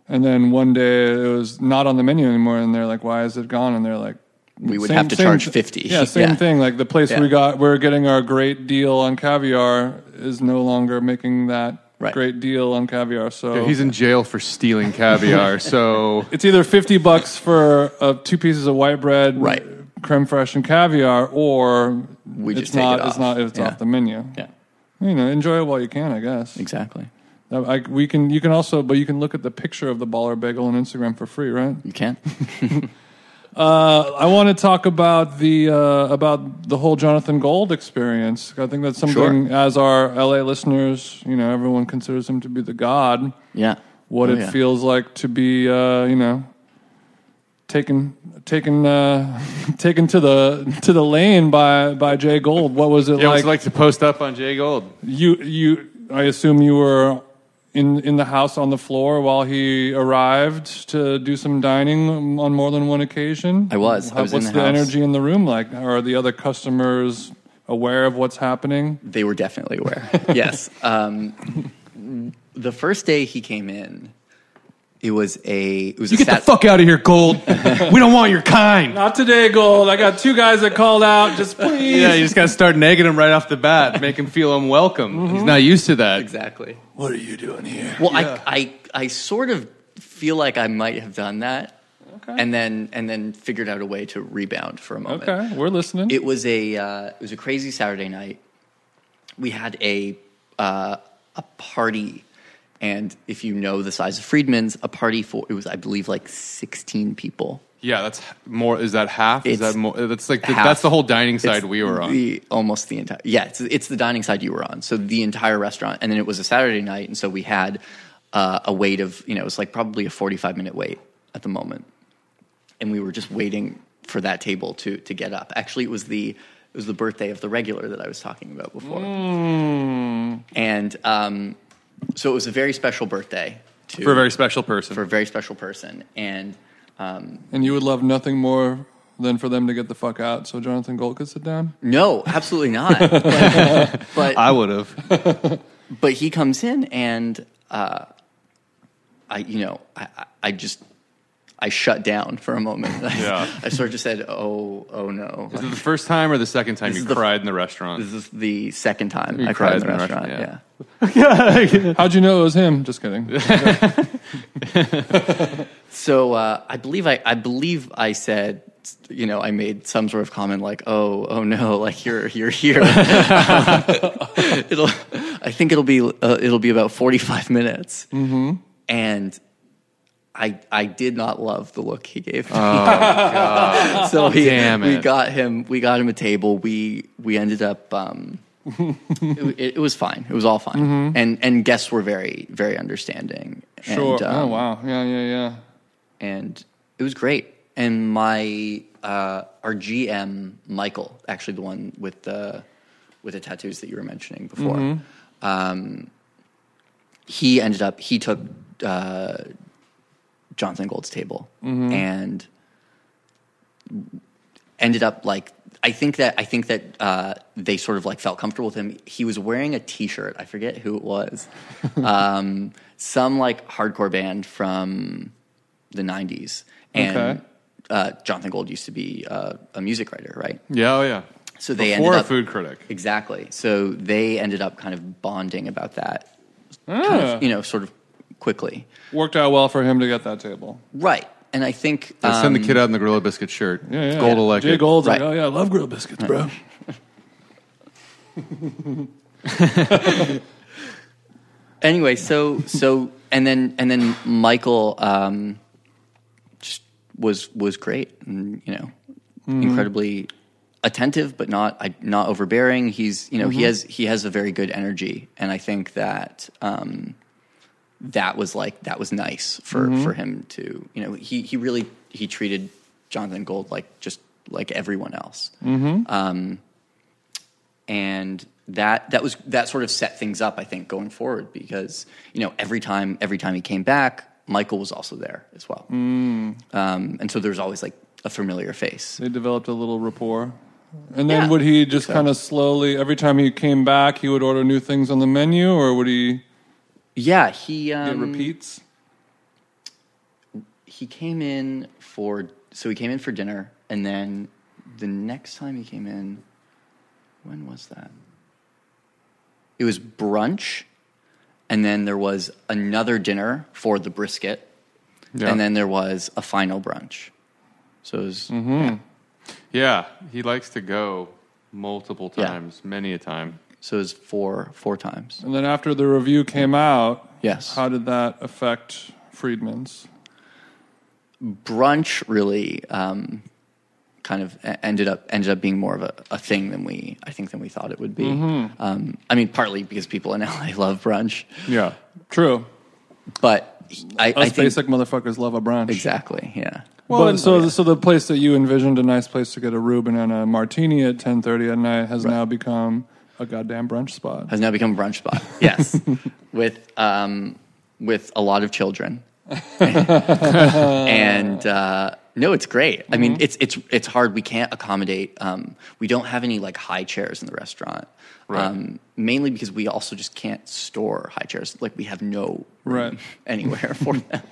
Speaker 3: And then one day it was not on the menu anymore, and they're like, "Why is it gone?" And they're like,
Speaker 5: We would have to charge 50.
Speaker 3: Yeah, same
Speaker 5: Yeah.
Speaker 3: thing. Like the place
Speaker 5: Yeah.
Speaker 3: we got, we're getting our great deal on caviar is no longer making that
Speaker 5: Right.
Speaker 3: great deal on caviar. So
Speaker 4: Yeah, he's in jail for stealing caviar. so
Speaker 3: it's either 50 bucks for uh, two pieces of white bread
Speaker 5: Right.
Speaker 3: creme fraiche and caviar or
Speaker 5: We
Speaker 3: it's
Speaker 5: just take
Speaker 3: not
Speaker 5: it
Speaker 3: it's
Speaker 5: off.
Speaker 3: not it's
Speaker 5: Yeah.
Speaker 3: off the menu
Speaker 5: Yeah,
Speaker 3: you know enjoy it while you can i guess
Speaker 5: exactly.
Speaker 3: Uh, I, we can you can also but you can look at the picture of the baller bagel on instagram for free right
Speaker 5: You can't.
Speaker 3: uh, i want to talk about the uh, about the whole jonathan gold experience i think that's something as our la listeners you know everyone considers him to be the god
Speaker 5: Yeah.
Speaker 3: what
Speaker 5: Oh,
Speaker 3: it
Speaker 5: yeah.
Speaker 3: feels like to be uh, you know taken taken uh, taken to the to the lane by by Jay Gold. What was it
Speaker 4: yeah,
Speaker 3: like?
Speaker 4: what's it like to post up on Jay Gold?
Speaker 3: you you I assume you were in in the house on the floor while he arrived to do some dining on more than one occasion.
Speaker 5: I was. I
Speaker 3: How-
Speaker 5: was in
Speaker 3: what's
Speaker 5: the
Speaker 3: the
Speaker 5: house.
Speaker 3: energy in the room like? Are the other customers aware of what's happening?
Speaker 5: They were definitely aware. yes. Um, the first day he came in, it was a it was a Sat-
Speaker 4: out of here, Gold. we don't want your kind.
Speaker 3: Not today, Gold. I got two guys that called out. Just please.
Speaker 4: Yeah, you just gotta start negging him right off the bat, make him feel unwelcome. He's not used to that.
Speaker 5: Mm-hmm. exactly.
Speaker 3: What are you doing here?
Speaker 5: Well, I, I I sort of feel like I might have done that, and then and then figured out a way to rebound for a moment.
Speaker 3: Okay, we're listening.
Speaker 5: It was a uh, it was a crazy Saturday night. We had a uh, a party, and if you know the size of Friedman's, a party for it was I believe like sixteen people.
Speaker 4: Yeah, that's more. Is that half? Is
Speaker 5: It's
Speaker 4: that more? That's like the,
Speaker 5: half.
Speaker 4: that's the whole dining
Speaker 5: It's
Speaker 4: side we were on.
Speaker 5: The, almost the entire. Yeah, it's, it's the dining side you were on. So the entire restaurant, and then it was a Saturday night, and so we had uh, a wait of you know it was like probably a forty-five minute wait at the moment, and we were just waiting for that table to to get up. Actually, it was the it was the birthday of the regular that I was talking about before,
Speaker 4: Mm.
Speaker 5: and um, so it was a very special birthday to,
Speaker 4: for a very special person.
Speaker 5: for a very special person, and. Um,
Speaker 3: And you would love nothing more than for them to get the fuck out so Jonathan Gold could sit down?
Speaker 5: no, absolutely not. but, but
Speaker 4: I would have.
Speaker 5: but he comes in and uh, I, you know, I, I- I just I shut down for a moment.
Speaker 4: Yeah.
Speaker 5: I sort of just said, "Oh, oh no."
Speaker 4: Is it the first time or the second time
Speaker 5: This
Speaker 4: you
Speaker 5: is the-
Speaker 4: cried in the restaurant?
Speaker 5: This is the second time
Speaker 4: You
Speaker 5: I cried in the
Speaker 4: cried in the
Speaker 5: restaurant.
Speaker 4: restaurant,
Speaker 5: yeah.
Speaker 3: How'd you know it was him? Just kidding.
Speaker 5: So uh, I believe I, I believe I said, you know, I made some sort of comment like, "Oh, oh no, like you're you're here." it'll, I think it'll be uh, it'll be about forty five minutes, mm-hmm. and I I did not love the look he gave me. so he,
Speaker 4: Damn
Speaker 5: we
Speaker 4: it.
Speaker 5: got him we got him a table. We we ended up. Um, it, it was fine. It was all fine, and and guests were very very understanding.
Speaker 3: Sure.
Speaker 5: And, um,
Speaker 3: oh, wow. Yeah, yeah, yeah.
Speaker 5: and it was great. And my uh, our GM Michael, actually the one with the with the tattoos that you were mentioning before. Um, he ended up he took uh, Jonathan Gold's table and ended up like I think that I think that uh, they sort of like felt comfortable with him. He was wearing a T-shirt. I forget who it was. um, some like hardcore band from the '90s, and
Speaker 3: Okay.
Speaker 5: uh, Jonathan Gold used to be uh, a music writer, right?
Speaker 4: Yeah, oh yeah.
Speaker 5: So they
Speaker 4: Before
Speaker 5: ended up
Speaker 4: a food critic.
Speaker 5: exactly. So they ended up kind of bonding about that, kind
Speaker 3: Ah.
Speaker 5: of, you know, sort of quickly,
Speaker 3: Worked out well for him to get that table.
Speaker 5: right? And I think
Speaker 4: They
Speaker 5: um,
Speaker 4: send the kid out in the Gorilla Biscuit shirt.
Speaker 3: Yeah, yeah.
Speaker 4: Gold
Speaker 3: Jay
Speaker 4: elected.
Speaker 3: Gold's
Speaker 5: Right.
Speaker 3: like, oh yeah, I love grilled biscuits, bro.
Speaker 5: anyway, so so and then and then Michael um, just was was great, and you know, incredibly attentive, but not I- not overbearing. He's you know he has he has a very good energy, and I think that um, that was like that was nice for for him to you know he he really he treated Jonathan Gold like just like everyone else Um, and that that was that sort of set things up i think going forward because you know every time every time he came back michael was also there as well um, and so there's always like a familiar face
Speaker 3: They developed a little rapport. And then
Speaker 5: Yeah.
Speaker 3: would he just kind of slowly, every time he came back, he would order new things on the menu, or would he
Speaker 5: yeah he
Speaker 3: get
Speaker 5: um,
Speaker 3: repeats?
Speaker 5: he came in for so he came in for dinner and then the next time he came in when was that it was brunch and then there was another dinner for the brisket
Speaker 4: Yeah.
Speaker 5: and then there was a final brunch so it was
Speaker 4: Yeah, he likes to go multiple
Speaker 5: Yeah.
Speaker 4: times, many a time.
Speaker 5: So it was four four times.
Speaker 3: And then after the review came out,
Speaker 5: Yes.
Speaker 3: how did that affect Friedman's?
Speaker 5: Brunch really um, kind of e- ended up ended up being more of a, a thing than we I think than we thought it would be. Um, I mean, partly because people in LA love brunch,
Speaker 3: Yeah, true.
Speaker 5: but I, I
Speaker 3: Us
Speaker 5: think
Speaker 3: basic motherfuckers love a brunch.
Speaker 5: exactly yeah.
Speaker 3: Well, and so so the place that you envisioned a nice place to get a Reuben and a martini at ten thirty at night has now become a goddamn brunch spot.
Speaker 5: has now become a brunch spot. Yes, with um, with a lot of children, and uh, no, it's great. I
Speaker 4: Mm-hmm.
Speaker 5: mean, it's it's it's hard. We can't accommodate. Um, we don't have any like high chairs in the restaurant, um, mainly because we also just can't store high chairs. Like we have no room
Speaker 3: Right.
Speaker 5: anywhere for them.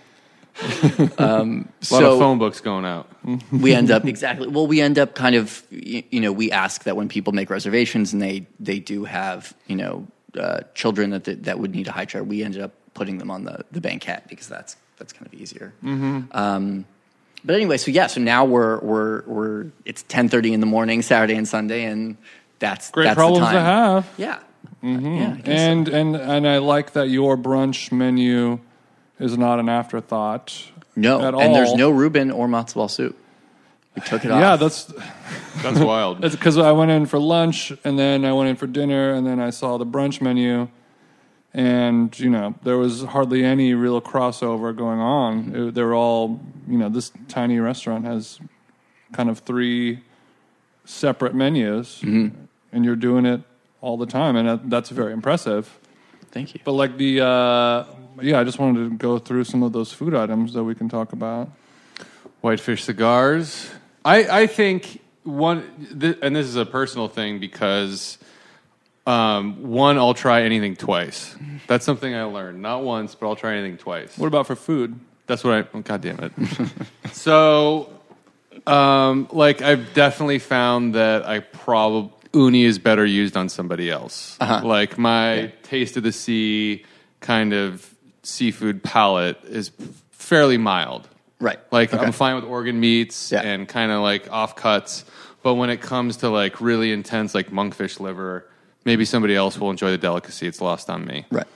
Speaker 5: um,
Speaker 4: A lot of phone books going out.
Speaker 5: we end up exactly well we end up kind of you, you know we ask that when people make reservations and they they do have you know uh, children that that that would need a high chair we ended up putting them on the the banquette because that's that's kind of easier
Speaker 3: Mm-hmm.
Speaker 5: um but anyway so yeah so now we're we're we're it's 10:30 in the morning Saturday and Sunday and that's
Speaker 3: Great
Speaker 5: that's
Speaker 3: problems
Speaker 5: the
Speaker 3: to
Speaker 5: time.
Speaker 3: have. Mm-hmm.
Speaker 5: yeah yeah I guess so.
Speaker 3: And and and I like that your brunch menu is not an afterthought.
Speaker 5: no
Speaker 3: at
Speaker 5: and
Speaker 3: all.
Speaker 5: there's no Reuben or matzo ball soup we took it off
Speaker 3: Yeah, that's
Speaker 4: That's wild.
Speaker 3: that's because I went in for lunch and then I went in for dinner and then I saw the brunch menu, and you know there was hardly any real crossover going on. It, they were all you know this tiny restaurant has kind of three separate menus, and you're doing it all the time, and that, that's very impressive.
Speaker 5: thank you
Speaker 3: But like the uh, yeah, I just wanted to go through some of those food items that we can talk about.
Speaker 4: Whitefish cigars. I, I think one, th- and this is a personal thing because um, one, I'll try anything twice. That's something I learned. Not once, but I'll try anything twice.
Speaker 3: What about for food?
Speaker 4: That's what I. oh, God damn it. so, um, like, I've definitely found that I probably uni is better used on somebody else. Like my taste of the sea kind of seafood palate is fairly mild.
Speaker 5: Right.
Speaker 4: Like
Speaker 5: Okay.
Speaker 4: I'm fine with organ meats
Speaker 5: Yeah.
Speaker 4: and kind of like off cuts, but when it comes to like really intense like monkfish liver, maybe somebody else will enjoy the delicacy. It's lost on me
Speaker 5: right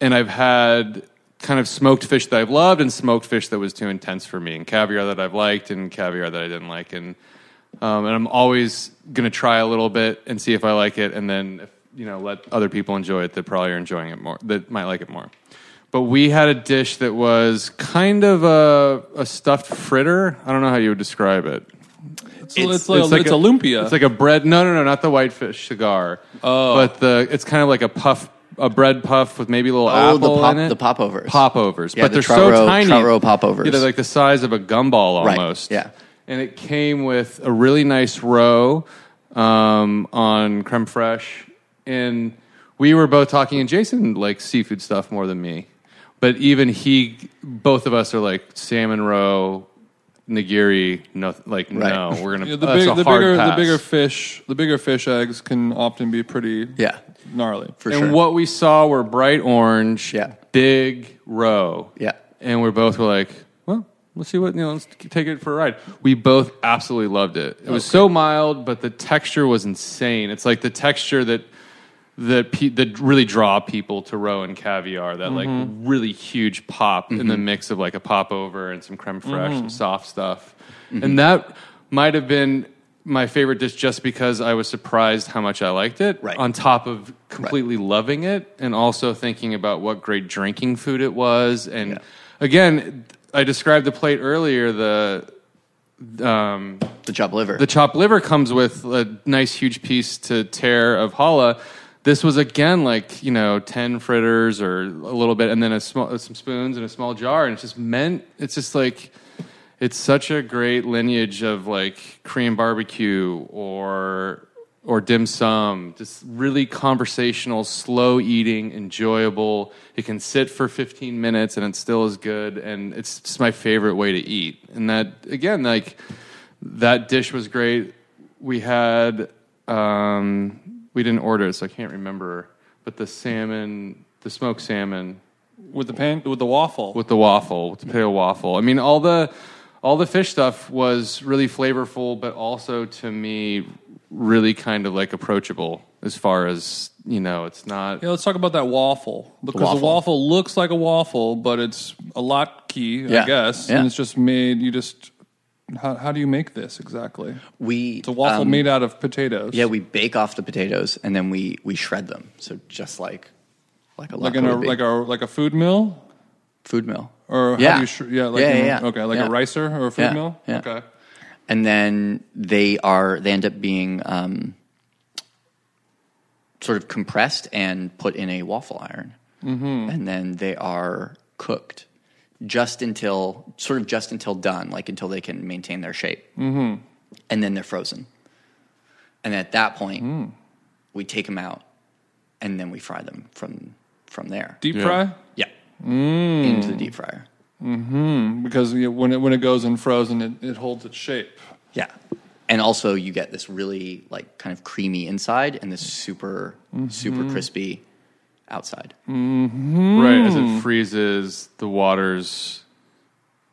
Speaker 4: and I've had kind of smoked fish that I've loved and smoked fish that was too intense for me, and caviar that I've liked and caviar that I didn't like, and um, and I'm always gonna try a little bit and see if I like it, and then if, you know let other people enjoy it that probably are enjoying it more that might like it more. But we had a dish that was kind of a, a stuffed fritter. I don't know how you would describe it.
Speaker 3: It's, it's, like, it's, a, lumpia.
Speaker 4: It's like a bread. No, no, no, not the whitefish cigar.
Speaker 3: Oh.
Speaker 4: but the it's kind of like a puff, a bread puff with maybe a little
Speaker 5: Oh, the
Speaker 4: apple
Speaker 5: pop-
Speaker 4: in it.
Speaker 5: the popovers.
Speaker 4: popovers.
Speaker 5: Yeah,
Speaker 4: but
Speaker 5: the
Speaker 4: they're
Speaker 5: Truro-
Speaker 4: so tiny.
Speaker 5: Truro popovers.
Speaker 4: Yeah, they're like the size of a gumball
Speaker 5: Right,
Speaker 4: almost.
Speaker 5: yeah.
Speaker 4: and it came with a really nice row um, on creme fraiche, and we were both talking. And Jason likes seafood stuff more than me, but even he, both of us are like salmon roe. Nigiri, no, like
Speaker 5: Right.
Speaker 4: no, we're gonna.
Speaker 3: Yeah, the,
Speaker 4: Oh,
Speaker 5: Oh,
Speaker 4: that's
Speaker 3: big,
Speaker 4: a
Speaker 3: the
Speaker 4: hard
Speaker 3: bigger
Speaker 4: pass.
Speaker 3: the bigger fish the bigger fish eggs can often be pretty
Speaker 5: Yeah.
Speaker 3: gnarly.
Speaker 5: For
Speaker 4: and
Speaker 5: sure.
Speaker 4: what we saw were bright orange,
Speaker 5: Yeah.
Speaker 4: big row.
Speaker 5: Yeah.
Speaker 4: And we both were like, well, let's see what, you know, let's take it for a ride. We both absolutely loved it. It was so mild, but the texture was insane. It's like the texture that, that, pe- that really draw people to roe and caviar, that like
Speaker 5: Mm-hmm.
Speaker 4: really huge pop in the mix of like a popover and some creme fraiche
Speaker 5: Mm-hmm.
Speaker 4: and soft stuff. And that might have been my favorite dish just because I was surprised how much I liked it
Speaker 5: Right.
Speaker 4: on top of completely loving it and also thinking about what great drinking food it was and
Speaker 5: Yeah.
Speaker 4: again i described the plate earlier the um,
Speaker 5: The chop liver.
Speaker 4: the chopped liver comes with a nice huge piece to tear of challah this was again like you know 10 fritters or a little bit and then a small some spoons and a small jar and it's just meant it's just like it's such a great lineage of like Korean barbecue or or dim sum, just really conversational, slow eating, enjoyable. It can sit for 15 minutes and it still is good and it's just my favorite way to eat. And that again like that dish was great. We had um we didn't order it so I can't remember, but the salmon, the smoked salmon
Speaker 3: With the pan with the waffle.
Speaker 4: with the waffle, with the potato waffle. I mean, all the all the fish stuff was really flavorful, but also to me, really kind of like approachable as far as you know. It's not
Speaker 3: yeah, let's talk about that waffle because the waffle,
Speaker 5: waffle.
Speaker 3: looks like a waffle, but it's a lot key, I
Speaker 5: Yeah.
Speaker 3: guess,
Speaker 5: Yeah.
Speaker 3: and it's just made. You just how how do you make this exactly?
Speaker 5: we
Speaker 3: It's a waffle
Speaker 5: um,
Speaker 3: made out of potatoes.
Speaker 5: Yeah, we bake off the potatoes and then we we shred them. So just like like a
Speaker 3: like
Speaker 5: lacquer
Speaker 3: in a
Speaker 5: would be.
Speaker 3: like a like a food mill
Speaker 5: food mill.
Speaker 3: or how
Speaker 5: Yeah.
Speaker 3: do you sh- yeah like
Speaker 5: Yeah,
Speaker 3: in-
Speaker 5: yeah, yeah.
Speaker 3: okay like
Speaker 5: Yeah.
Speaker 3: a ricer or a food
Speaker 5: Yeah,
Speaker 3: mill
Speaker 5: yeah.
Speaker 3: okay
Speaker 5: and then they are they end up being um, sort of compressed and put in a waffle iron, and then they are cooked just until sort of just until done, like until they can maintain their shape, mm-hmm. and then they're frozen. And at that point, we take them out, and then we fry them from from there.
Speaker 3: deep
Speaker 4: Yeah.
Speaker 3: fry
Speaker 5: yeah, into the deep fryer.
Speaker 3: because you know, when it when it goes in frozen it, it holds its shape.
Speaker 5: Yeah. And also you get this really like kind of creamy inside and this super super crispy outside. Mm.
Speaker 4: right as it freezes. The waters,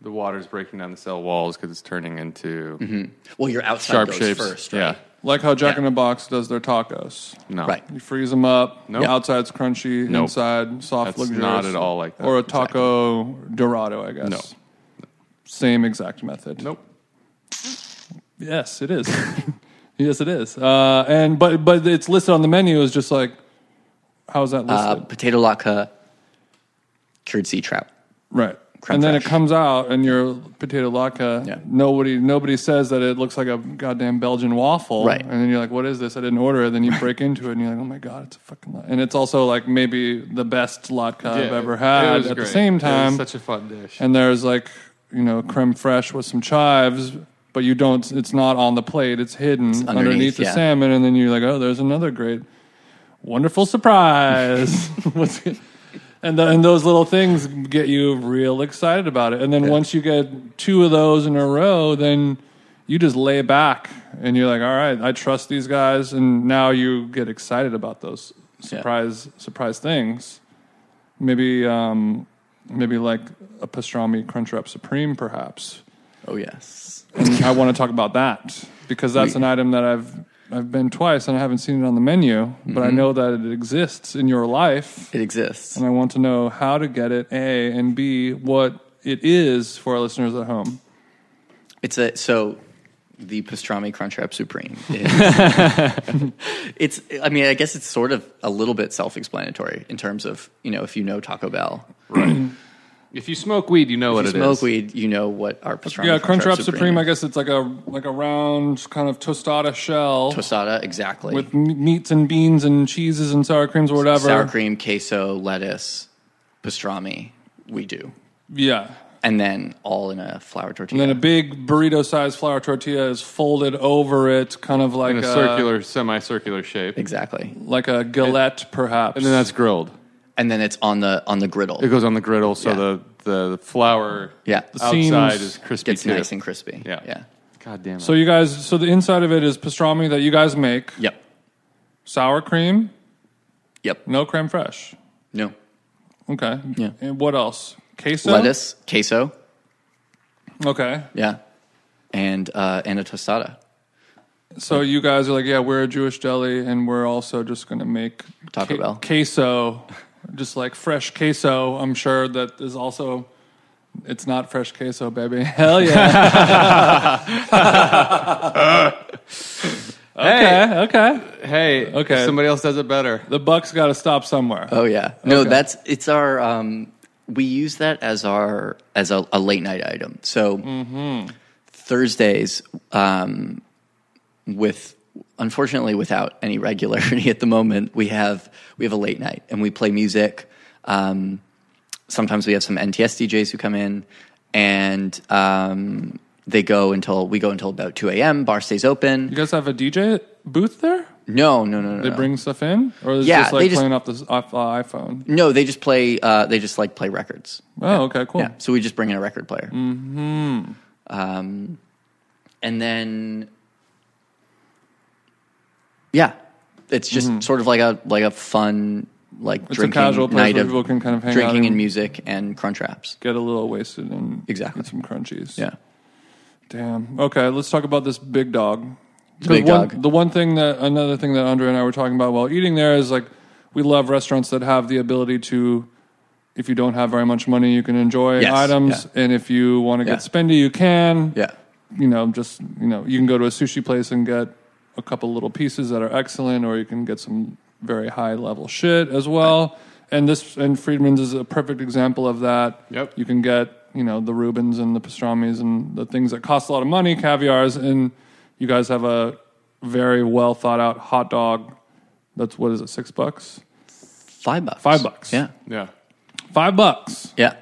Speaker 4: the waters breaking down the cell walls because it's turning into
Speaker 5: Well, your outside
Speaker 4: sharp
Speaker 5: Mm-hmm. goes
Speaker 4: shapes.
Speaker 5: first,
Speaker 4: Yeah,
Speaker 5: right?
Speaker 3: Like how Jack
Speaker 5: Yeah.
Speaker 3: in the Box does their tacos.
Speaker 4: no,
Speaker 5: Right.
Speaker 3: You freeze them up.
Speaker 4: Nope.
Speaker 3: Outside's crunchy.
Speaker 4: Nope.
Speaker 3: Inside soft,
Speaker 4: That's
Speaker 3: luxurious.
Speaker 4: not at all like that.
Speaker 3: Or a taco dorado, I guess.
Speaker 4: No.
Speaker 3: Same exact method.
Speaker 4: Nope.
Speaker 3: Yes, it is. yes, it is. Uh, and but but it's listed on the menu as just like how is that listed?
Speaker 5: Uh, potato latke, cured sea trout.
Speaker 3: right.
Speaker 5: creme
Speaker 3: And then it
Speaker 5: fraiche.
Speaker 3: comes out, and your potato latke.
Speaker 5: Yeah.
Speaker 3: Nobody, nobody says that it looks like a goddamn Belgian waffle.
Speaker 5: Right.
Speaker 3: And then you're like, "What is this? I didn't order it." Then you break into it, and you're like, "Oh my god, it's a fucking." Lat-. And it's also like maybe the best latke I've
Speaker 4: Yeah,
Speaker 3: ever
Speaker 4: it
Speaker 3: had.
Speaker 4: was
Speaker 3: At
Speaker 4: great.
Speaker 3: the same
Speaker 4: It was
Speaker 3: time,
Speaker 4: such a fun dish.
Speaker 3: and there's like you know creme fraiche with some chives but you don't it's not on the plate it's hidden underneath,
Speaker 5: underneath,
Speaker 3: the
Speaker 5: yeah.
Speaker 3: salmon and then you're like oh there's another great wonderful surprise What's- and, the, and those little things get you real excited about it and then once you get two of those in a row then you just lay back and you're like all right i trust these guys and now you get excited about those surprise surprise things maybe um, maybe like a pastrami crunchwrap supreme perhaps
Speaker 5: Oh yes.
Speaker 3: and i want to talk about that because that's an item that i've i've been twice and i haven't seen it on the menu but i know that it exists in your life
Speaker 5: It exists.
Speaker 3: and i want to know how to get it a and b what it is for our listeners at home
Speaker 5: It's a so the pastrami crunchwrap supreme. is- it's I mean, I guess it's sort of a little bit self-explanatory in terms of, you know, if you know Taco Bell,
Speaker 4: If you smoke weed, you know what
Speaker 5: If
Speaker 4: it
Speaker 5: you
Speaker 4: is.
Speaker 5: smoke weed, you know what our pastrami
Speaker 3: Yeah,
Speaker 5: Crunchwrap
Speaker 3: Crunchwrap Supreme. I
Speaker 5: is.
Speaker 3: guess it's like a like a round kind of tostada shell
Speaker 5: Tostada, exactly.
Speaker 3: with m- meats and beans and cheeses and sour creams or whatever.
Speaker 5: sour cream, queso, lettuce, pastrami. We do,
Speaker 3: Yeah,
Speaker 5: and then all in a flour tortilla.
Speaker 3: and then a big burrito-sized flour tortilla is folded over it, kind of like
Speaker 4: in a circular, semicircular shape, uh, and
Speaker 5: exactly,
Speaker 3: like a galette, perhaps.
Speaker 4: then that's grilled.
Speaker 5: and then it's on the on the griddle.
Speaker 4: It goes on the griddle, so
Speaker 5: Yeah.
Speaker 4: the, the the flour
Speaker 5: Yeah. The
Speaker 4: outside
Speaker 3: seams
Speaker 4: is crispy
Speaker 5: gets
Speaker 4: too.
Speaker 5: nice and crispy.
Speaker 4: Yeah.
Speaker 5: yeah,
Speaker 4: God damn it.
Speaker 3: so you guys, so the inside of it is pastrami that you guys make,
Speaker 5: yep,
Speaker 3: sour cream,
Speaker 5: yep.
Speaker 3: no creme fraiche.
Speaker 5: No
Speaker 3: Okay.
Speaker 5: Yeah.
Speaker 3: And what else? Queso.
Speaker 5: lettuce, queso.
Speaker 3: Okay.
Speaker 5: Yeah, and uh, and a tostada.
Speaker 3: So you guys are like, yeah, we're a Jewish deli, and we're also just going to make
Speaker 5: Taco Bell.
Speaker 3: queso, just like fresh queso. I'm sure that is also. It's not fresh queso, baby. Hell yeah. okay. Okay.
Speaker 4: hey,
Speaker 3: Okay.
Speaker 4: somebody else does it better.
Speaker 3: The buck's got to stop somewhere.
Speaker 5: Oh yeah. No, that's it's our um we use that as our as a, a late night item. So
Speaker 3: Mm-hmm.
Speaker 5: Thursdays um with unfortunately without any regularity at the moment, we have we have a late night and we play music. Um sometimes we have some NTS DJs who come in and um they go until we go until about two a.m. Bar stays
Speaker 3: You
Speaker 5: open.
Speaker 3: guys have a DJ booth there?
Speaker 5: No, no, no, no.
Speaker 3: They
Speaker 5: no.
Speaker 3: bring stuff in, or is it
Speaker 5: Yeah,
Speaker 3: just
Speaker 5: they
Speaker 3: like
Speaker 5: just-
Speaker 3: playing off the off, uh, iPhone?
Speaker 5: no, they just play. Uh, they just like play records.
Speaker 3: Oh, okay, cool.
Speaker 5: Yeah. So we just bring in a record player. Mm-hmm. Um, and then, yeah, it's just sort of like a like a fun like
Speaker 3: Mm-hmm. a
Speaker 5: drinking
Speaker 3: casual place
Speaker 5: night
Speaker 3: where
Speaker 5: of
Speaker 3: people can kind of hang out
Speaker 5: drinking
Speaker 3: and-
Speaker 5: and music and crunch wraps.
Speaker 3: Get a little wasted and
Speaker 5: Exactly.
Speaker 3: get some crunchies.
Speaker 5: Yeah.
Speaker 3: Damn. Okay, let's talk about this big dog.
Speaker 5: big
Speaker 3: one,
Speaker 5: dog.
Speaker 3: The one thing that another thing that Andre and I were talking about while eating there is like we love restaurants that have the ability to if you don't have very much money, you can enjoy
Speaker 5: Yes,
Speaker 3: items and if you want to
Speaker 5: Yeah.
Speaker 3: get spendy, you can.
Speaker 5: Yeah.
Speaker 3: You know, just you know, you can go to a sushi place and get a couple little pieces that are excellent or you can get some very high level shit as well. And this and Friedman's is a perfect example of that.
Speaker 4: Yep.
Speaker 3: You can get, you know, the Rubens and the pastrami's and the things that cost a lot of money, caviars, and you guys have a very well thought out hot dog. That's what is it, six bucks?
Speaker 5: Five bucks.
Speaker 3: Five bucks.
Speaker 5: Yeah.
Speaker 4: Yeah.
Speaker 3: Five bucks.
Speaker 5: Yeah.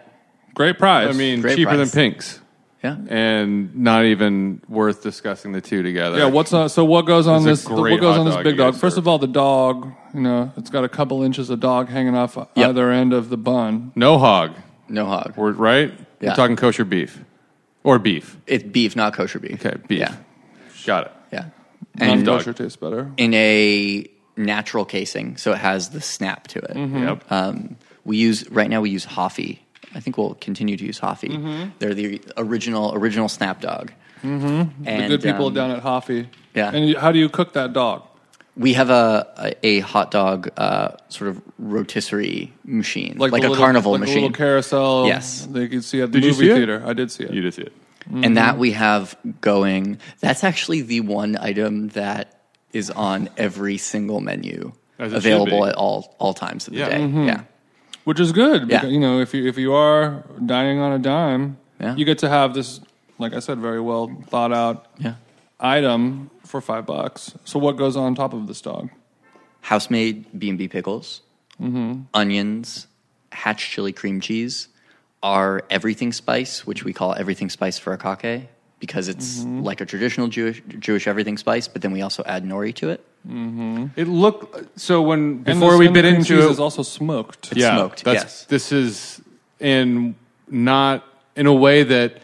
Speaker 3: Great price.
Speaker 4: I mean,
Speaker 5: Great
Speaker 4: cheaper
Speaker 5: price.
Speaker 4: than Pink's.
Speaker 5: Yeah.
Speaker 4: And not even worth discussing the two together.
Speaker 3: yeah, what's on, so what goes on
Speaker 4: It's a
Speaker 3: this
Speaker 4: great
Speaker 3: what goes
Speaker 4: hot
Speaker 3: on this
Speaker 4: dog
Speaker 3: big
Speaker 4: you
Speaker 3: dog?
Speaker 4: guys
Speaker 3: First
Speaker 4: serve.
Speaker 3: of all, the dog, you know, it's got a couple inches of dog hanging off either end of the bun.
Speaker 4: No hog.
Speaker 5: No hog.
Speaker 4: We're right.
Speaker 5: Yeah.
Speaker 4: We're talking kosher beef, or beef.
Speaker 5: It's beef, not kosher beef.
Speaker 4: Okay, beef.
Speaker 5: Yeah.
Speaker 4: Got it.
Speaker 5: Yeah.
Speaker 3: And
Speaker 5: And
Speaker 4: dog.
Speaker 3: kosher tastes better.
Speaker 5: in a natural casing, so it has the snap to
Speaker 3: Mm-hmm.
Speaker 5: it.
Speaker 4: Yep.
Speaker 5: Um, we use right now. We use Hoffy. I think we'll continue to use Hoffy. They're the original original snap dog. Mm-hmm. And,
Speaker 3: Good people
Speaker 5: um,
Speaker 3: down at Hoffy.
Speaker 5: yeah.
Speaker 3: And you- how do you cook that dog?
Speaker 5: We have a a, a hot dog uh, sort of rotisserie machine, like,
Speaker 3: the
Speaker 5: a
Speaker 3: little-
Speaker 5: carnival
Speaker 3: like the
Speaker 5: machine,
Speaker 3: little carousel.
Speaker 5: Yes.
Speaker 3: that you could see at the
Speaker 4: Did you
Speaker 3: movie
Speaker 4: see it?
Speaker 3: theater. I did see it.
Speaker 4: you did see it.
Speaker 5: and that we have going. That's actually the one item that is on every single menu
Speaker 4: As it should
Speaker 5: available
Speaker 4: be.
Speaker 5: at all all times of the
Speaker 4: Yeah.
Speaker 5: day. Yeah.
Speaker 3: Which is good.
Speaker 5: Yeah.
Speaker 3: Because, you know, if you if you are dining on a dime,
Speaker 5: Yeah.
Speaker 3: you get to have this, like I said, very well thought out
Speaker 5: Yeah.
Speaker 3: item for five bucks. So what goes on top of this dog?
Speaker 5: house made B and B pickles,
Speaker 3: Mm-hmm.
Speaker 5: onions, hatch chili cream cheese, our everything spice, which we call everything spice for akake because it's
Speaker 3: Mm-hmm.
Speaker 5: like a traditional Jewish Jewish everything spice, but then we also add nori to it.
Speaker 4: It looked so when
Speaker 3: And
Speaker 4: before
Speaker 3: this-
Speaker 4: we
Speaker 3: and
Speaker 4: bit
Speaker 3: the cream
Speaker 4: into
Speaker 3: cheese
Speaker 4: it.
Speaker 3: is also smoked.
Speaker 5: Yeah. smoked,
Speaker 4: That's,
Speaker 5: yes.
Speaker 4: This is in not in a way that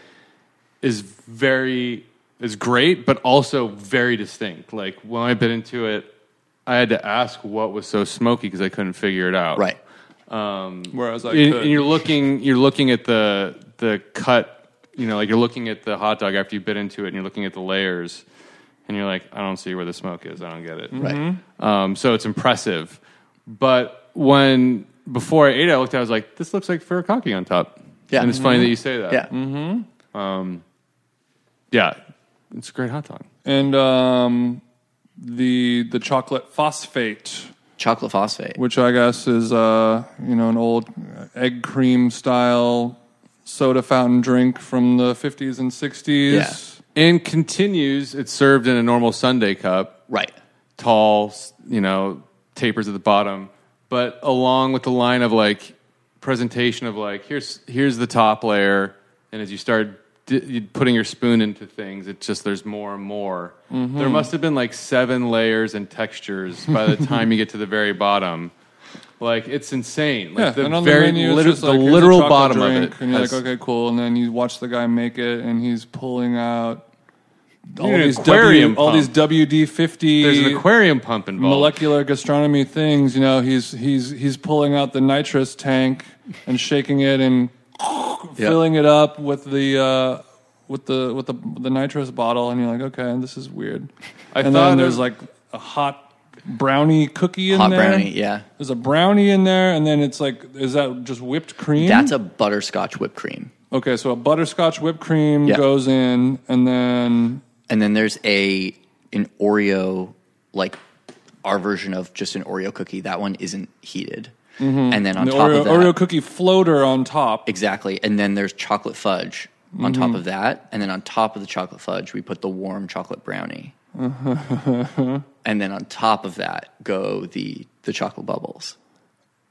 Speaker 4: is very is great, but also very distinct. Like when I bit into it, I had to ask what was so smoky because I couldn't figure it out.
Speaker 5: Right.
Speaker 3: Whereas I
Speaker 4: And,
Speaker 3: could.
Speaker 4: and you're looking you're looking at the the cut, you know, like you're looking at the hot dog after you bit into it, and you're looking at the layers, and you're like, I don't see where the smoke is. I don't get it.
Speaker 5: Right.
Speaker 3: Mm-hmm.
Speaker 4: Um, so it's impressive. But when before I ate it, I looked at it, I was like, this looks like furikake on top.
Speaker 5: Yeah.
Speaker 4: And it's funny that you say that.
Speaker 5: Yeah.
Speaker 3: Mm-hmm.
Speaker 4: Yeah. It's a great hot dog.
Speaker 3: and um, the the chocolate phosphate.
Speaker 5: Chocolate phosphate.
Speaker 3: which I guess is uh, you know an old egg cream style soda fountain drink from the 50s and 60s.
Speaker 4: and continues. It's served in a normal Sunday cup,
Speaker 5: Right.
Speaker 4: tall, s- you know, tapers at the bottom, but along with the line of like presentation of like here's here's the top layer, and as you start di- you- putting your spoon into things, it just there's more and more.
Speaker 3: Mm-hmm.
Speaker 4: There must have been like seven layers and textures by the time you get to the very bottom. Like it's insane. Like
Speaker 3: Yeah,
Speaker 4: the
Speaker 3: and on
Speaker 4: very
Speaker 3: the menu,
Speaker 4: liter-
Speaker 3: it's just
Speaker 4: the
Speaker 3: like, here's a
Speaker 4: literal
Speaker 3: chocolate
Speaker 4: bottom of
Speaker 3: drink,
Speaker 4: it.
Speaker 3: and you're
Speaker 4: has-
Speaker 3: like, okay, cool. And then you watch the guy make it, and he's pulling out all
Speaker 4: need an
Speaker 3: these
Speaker 4: aquarium
Speaker 3: W, all
Speaker 4: pump.
Speaker 3: these WD
Speaker 4: there's
Speaker 3: fifty
Speaker 4: an aquarium pump involved.
Speaker 3: molecular gastronomy things. You know, he's he's he's pulling out the nitrous tank and shaking it and filling it up with the. Uh, with the with the the nitrous bottle, and you're like, okay, this is weird.
Speaker 4: I
Speaker 3: and
Speaker 4: thought
Speaker 3: then
Speaker 4: it-
Speaker 3: there's like a hot brownie cookie in
Speaker 5: Hot
Speaker 3: there.
Speaker 5: brownie, yeah.
Speaker 3: There's a brownie in there, and then it's like, is that just whipped cream?
Speaker 5: That's a butterscotch whipped cream.
Speaker 3: Okay, so a butterscotch whipped cream
Speaker 5: Yeah.
Speaker 3: goes in, and then
Speaker 5: And then there's a an Oreo like our version of just an Oreo cookie. That one isn't heated. And then on
Speaker 3: the Mm-hmm.
Speaker 5: top
Speaker 3: Oreo,
Speaker 5: of that,
Speaker 3: Oreo cookie floater on top.
Speaker 5: exactly. And then there's chocolate fudge on top
Speaker 3: Mm-hmm.
Speaker 5: of that. And then on top of the chocolate fudge, we put the warm chocolate brownie. and then on top of that go the the chocolate bubbles.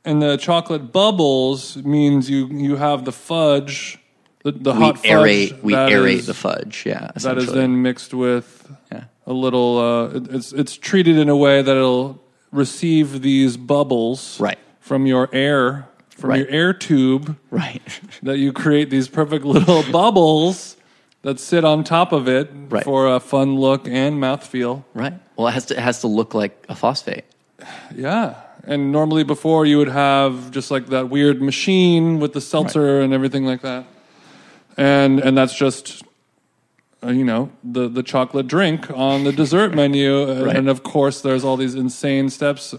Speaker 3: And the chocolate bubbles means you you have the fudge, the, the hot
Speaker 5: we
Speaker 3: fudge.
Speaker 5: aerate we
Speaker 3: that
Speaker 5: aerate
Speaker 3: is-
Speaker 5: the fudge. Yeah,
Speaker 3: That is
Speaker 5: essentially.
Speaker 3: then mixed with
Speaker 5: Yeah.
Speaker 3: a little. Uh, it- it's it's treated in a way that it'll receive these bubbles
Speaker 5: Right.
Speaker 3: from your air from
Speaker 5: Right.
Speaker 3: your air tube.
Speaker 5: right.
Speaker 3: that you create these perfect little bubbles that sit on top of it
Speaker 5: Right.
Speaker 3: for a fun look and mouthfeel.
Speaker 5: Right. Well, it has to it has to look like a phosphate.
Speaker 3: Yeah. And normally before you would have just like that weird machine with the seltzer and everything like that. And and that's just uh, you know the the chocolate drink on the dessert menu And-
Speaker 5: Right.
Speaker 3: and of course there's all these insane steps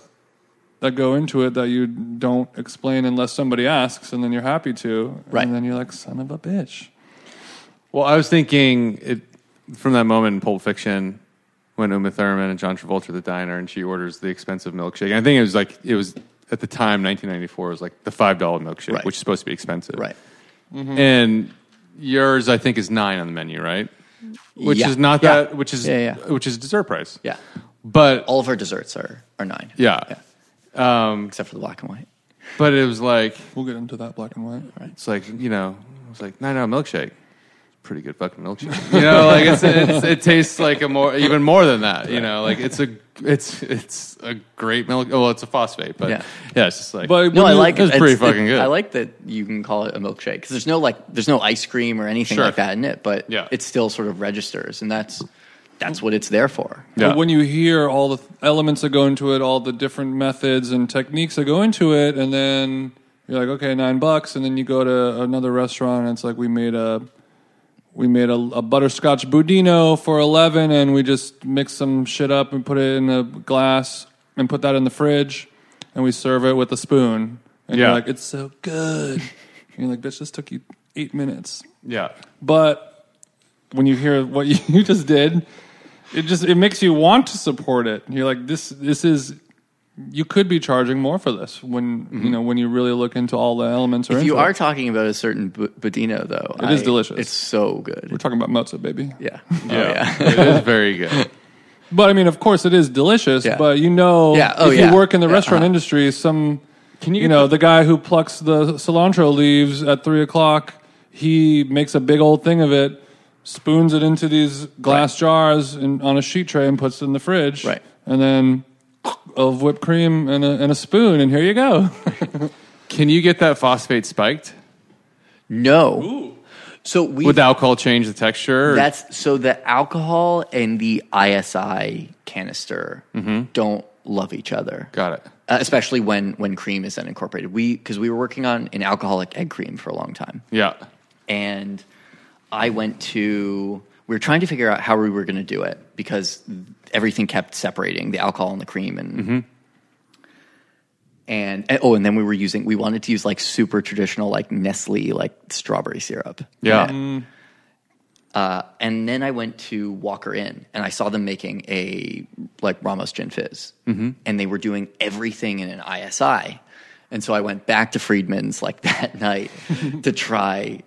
Speaker 3: that go into it that you don't explain unless somebody asks and then you're happy to
Speaker 5: Right.
Speaker 3: and then you're like son of a bitch.
Speaker 4: Well, I was thinking it from that moment in Pulp Fiction when Uma Thurman and John Travolta are at the diner and she orders the expensive milkshake. And I think it was like it was at the time 1994 it was like the five dollar milkshake,
Speaker 5: Right.
Speaker 4: which is supposed to be expensive,
Speaker 5: Right.
Speaker 4: And yours, I think, is nine on the menu, right? Which
Speaker 5: Yeah.
Speaker 4: is not
Speaker 5: Yeah.
Speaker 4: that. Which is
Speaker 5: Yeah, yeah.
Speaker 4: which is dessert price.
Speaker 5: Yeah.
Speaker 4: but
Speaker 5: All of our desserts are are nine.
Speaker 4: yeah. Um,
Speaker 5: Except for the black and white.
Speaker 4: but it was like
Speaker 3: We'll get into that black and white.
Speaker 4: It's like you know, it's like nine out milkshake. Pretty good fucking milkshake. You know, like it's, it's it tastes like a more even more than that. You know, like it's a it's it's a great milk. Oh, well, it's a phosphate, but
Speaker 5: Yeah.
Speaker 4: yeah, it's just like
Speaker 3: But
Speaker 5: No,
Speaker 3: when
Speaker 5: I
Speaker 3: you-
Speaker 5: like
Speaker 4: it's pretty fucking good.
Speaker 5: I like that you can call it a milkshake because there's no like there's no ice cream or anything
Speaker 4: Sure.
Speaker 5: like that in it, but
Speaker 4: Yeah.
Speaker 5: it still sort of registers, and that's that's what it's there for.
Speaker 4: Yeah.
Speaker 3: But when you hear all the th- elements that go into it, all the different methods and techniques that go into it, and then you're like, okay, nine bucks, and then you go to another restaurant, and it's like we made a we made a, a butterscotch budino for eleven, and we just mixed some shit up and put it in a glass and put that in the fridge, and we serve it with a spoon, and
Speaker 4: Yeah.
Speaker 3: you're like, it's so good. And you're like, bitch, this took you eight minutes.
Speaker 4: yeah,
Speaker 5: Oh,
Speaker 3: But when you hear what you you just did, it just it makes you want to support it. You're like this this is you could be charging more for this when you know when you really look into all the elements. Or
Speaker 5: Mm-hmm. If you
Speaker 3: into
Speaker 5: are
Speaker 3: it.
Speaker 5: talking about a certain bu- budino, though,
Speaker 3: It is
Speaker 5: I-
Speaker 3: delicious.
Speaker 5: It's so good.
Speaker 3: we're talking about mozza, baby.
Speaker 5: Yeah.
Speaker 4: yeah,
Speaker 5: Oh, yeah.
Speaker 4: it is very good.
Speaker 3: But I mean, of course, it is delicious.
Speaker 5: Yeah.
Speaker 3: But you know,
Speaker 5: Yeah. Oh,
Speaker 3: if
Speaker 5: yeah.
Speaker 3: you work in the
Speaker 5: Yeah.
Speaker 3: restaurant
Speaker 5: Uh-huh.
Speaker 3: industry, some
Speaker 4: Can you
Speaker 3: you
Speaker 4: get
Speaker 3: know the guy who plucks the cilantro leaves at three o'clock, he makes a big old thing of it, spoons it into these glass jars and on a sheet tray and puts it in the fridge,
Speaker 5: Right.
Speaker 3: And then of whipped cream and a, and a spoon, and here you go.
Speaker 4: Can you get that phosphate spiked?
Speaker 5: No. So we
Speaker 4: Would the alcohol change the texture? or-
Speaker 5: That's so the alcohol and the ISI canister don't love each other.
Speaker 4: Mm-hmm. got it.
Speaker 5: Uh, especially when when cream is then incorporated. We because we were working on an alcoholic egg cream for a long time,
Speaker 4: Yeah,
Speaker 5: and I went to we were trying to figure out how we were going to do it because everything kept separating the alcohol and the cream and.
Speaker 4: Mm-hmm.
Speaker 5: And and- oh, and then we were using. We wanted to use like super traditional, like Nestle, like strawberry syrup.
Speaker 4: yeah.
Speaker 5: And then I went to Walker Inn and I saw them making a like Ramos Gin Fizz,
Speaker 4: Mm-hmm.
Speaker 5: and they were doing everything in an ISI. And so I went back to Friedman's like that night to try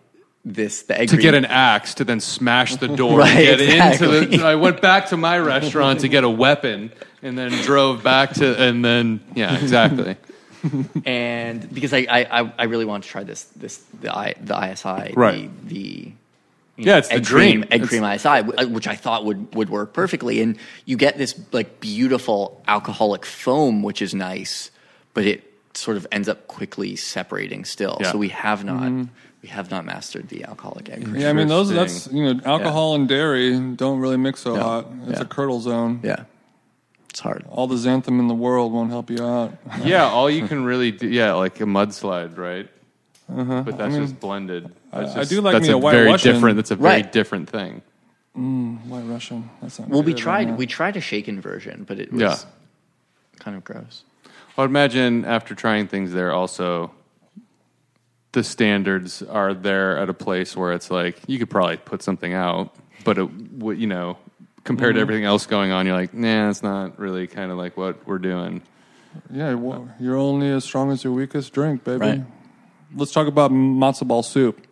Speaker 5: this the egg
Speaker 4: to get an
Speaker 5: green-
Speaker 4: axe to then smash the door
Speaker 5: Right,
Speaker 4: and get into
Speaker 5: exactly.
Speaker 4: the I went back to my restaurant to get a weapon and then drove back to and then yeah, exactly.
Speaker 5: and because I, I I- I really want to try this this the I, the ISI
Speaker 4: Right.
Speaker 5: the, the you
Speaker 4: Yeah, it's the
Speaker 5: egg cream,
Speaker 4: dream.
Speaker 5: egg
Speaker 4: It's-
Speaker 5: cream ISI, wh- uh, which I thought would would work perfectly, and you get this like beautiful alcoholic foam, which is nice, but it sort of ends up quickly separating still.
Speaker 4: Yeah. Mm-hmm.
Speaker 5: So we have not we have not mastered the alcoholic egg cream.
Speaker 3: Yeah, I mean those.
Speaker 4: Interesting.
Speaker 3: That's you know, alcohol and dairy don't really mix so
Speaker 5: No.
Speaker 3: hot. It's
Speaker 5: Yeah.
Speaker 3: a curdle zone.
Speaker 5: Yeah, it's hard.
Speaker 3: All the xanthan in the world won't help you out.
Speaker 4: Yeah, all you can really do yeah, like a mudslide, right?
Speaker 5: Uh-huh.
Speaker 4: But that's just blended. That's
Speaker 3: I
Speaker 4: just-
Speaker 3: do like
Speaker 4: that's
Speaker 3: me a White
Speaker 4: very
Speaker 3: Russian.
Speaker 4: different. That's a very
Speaker 5: Right.
Speaker 4: different thing.
Speaker 3: White Russian. That's not
Speaker 5: Well, we
Speaker 3: good, I
Speaker 5: tried
Speaker 3: know.
Speaker 5: we tried a shaken version, but it was
Speaker 4: Yeah.
Speaker 5: kind of gross.
Speaker 4: I would imagine after trying things there, also the standards are there at a place where it's like you could probably put something out, but it, would- you know, compared
Speaker 5: Mm-hmm.
Speaker 4: to everything else going on, you're like, nah, that's not really kind of like what we're doing.
Speaker 3: Yeah, well, you're only as strong as your weakest drink, baby.
Speaker 5: Right.
Speaker 3: Let's talk about matzo ball soup.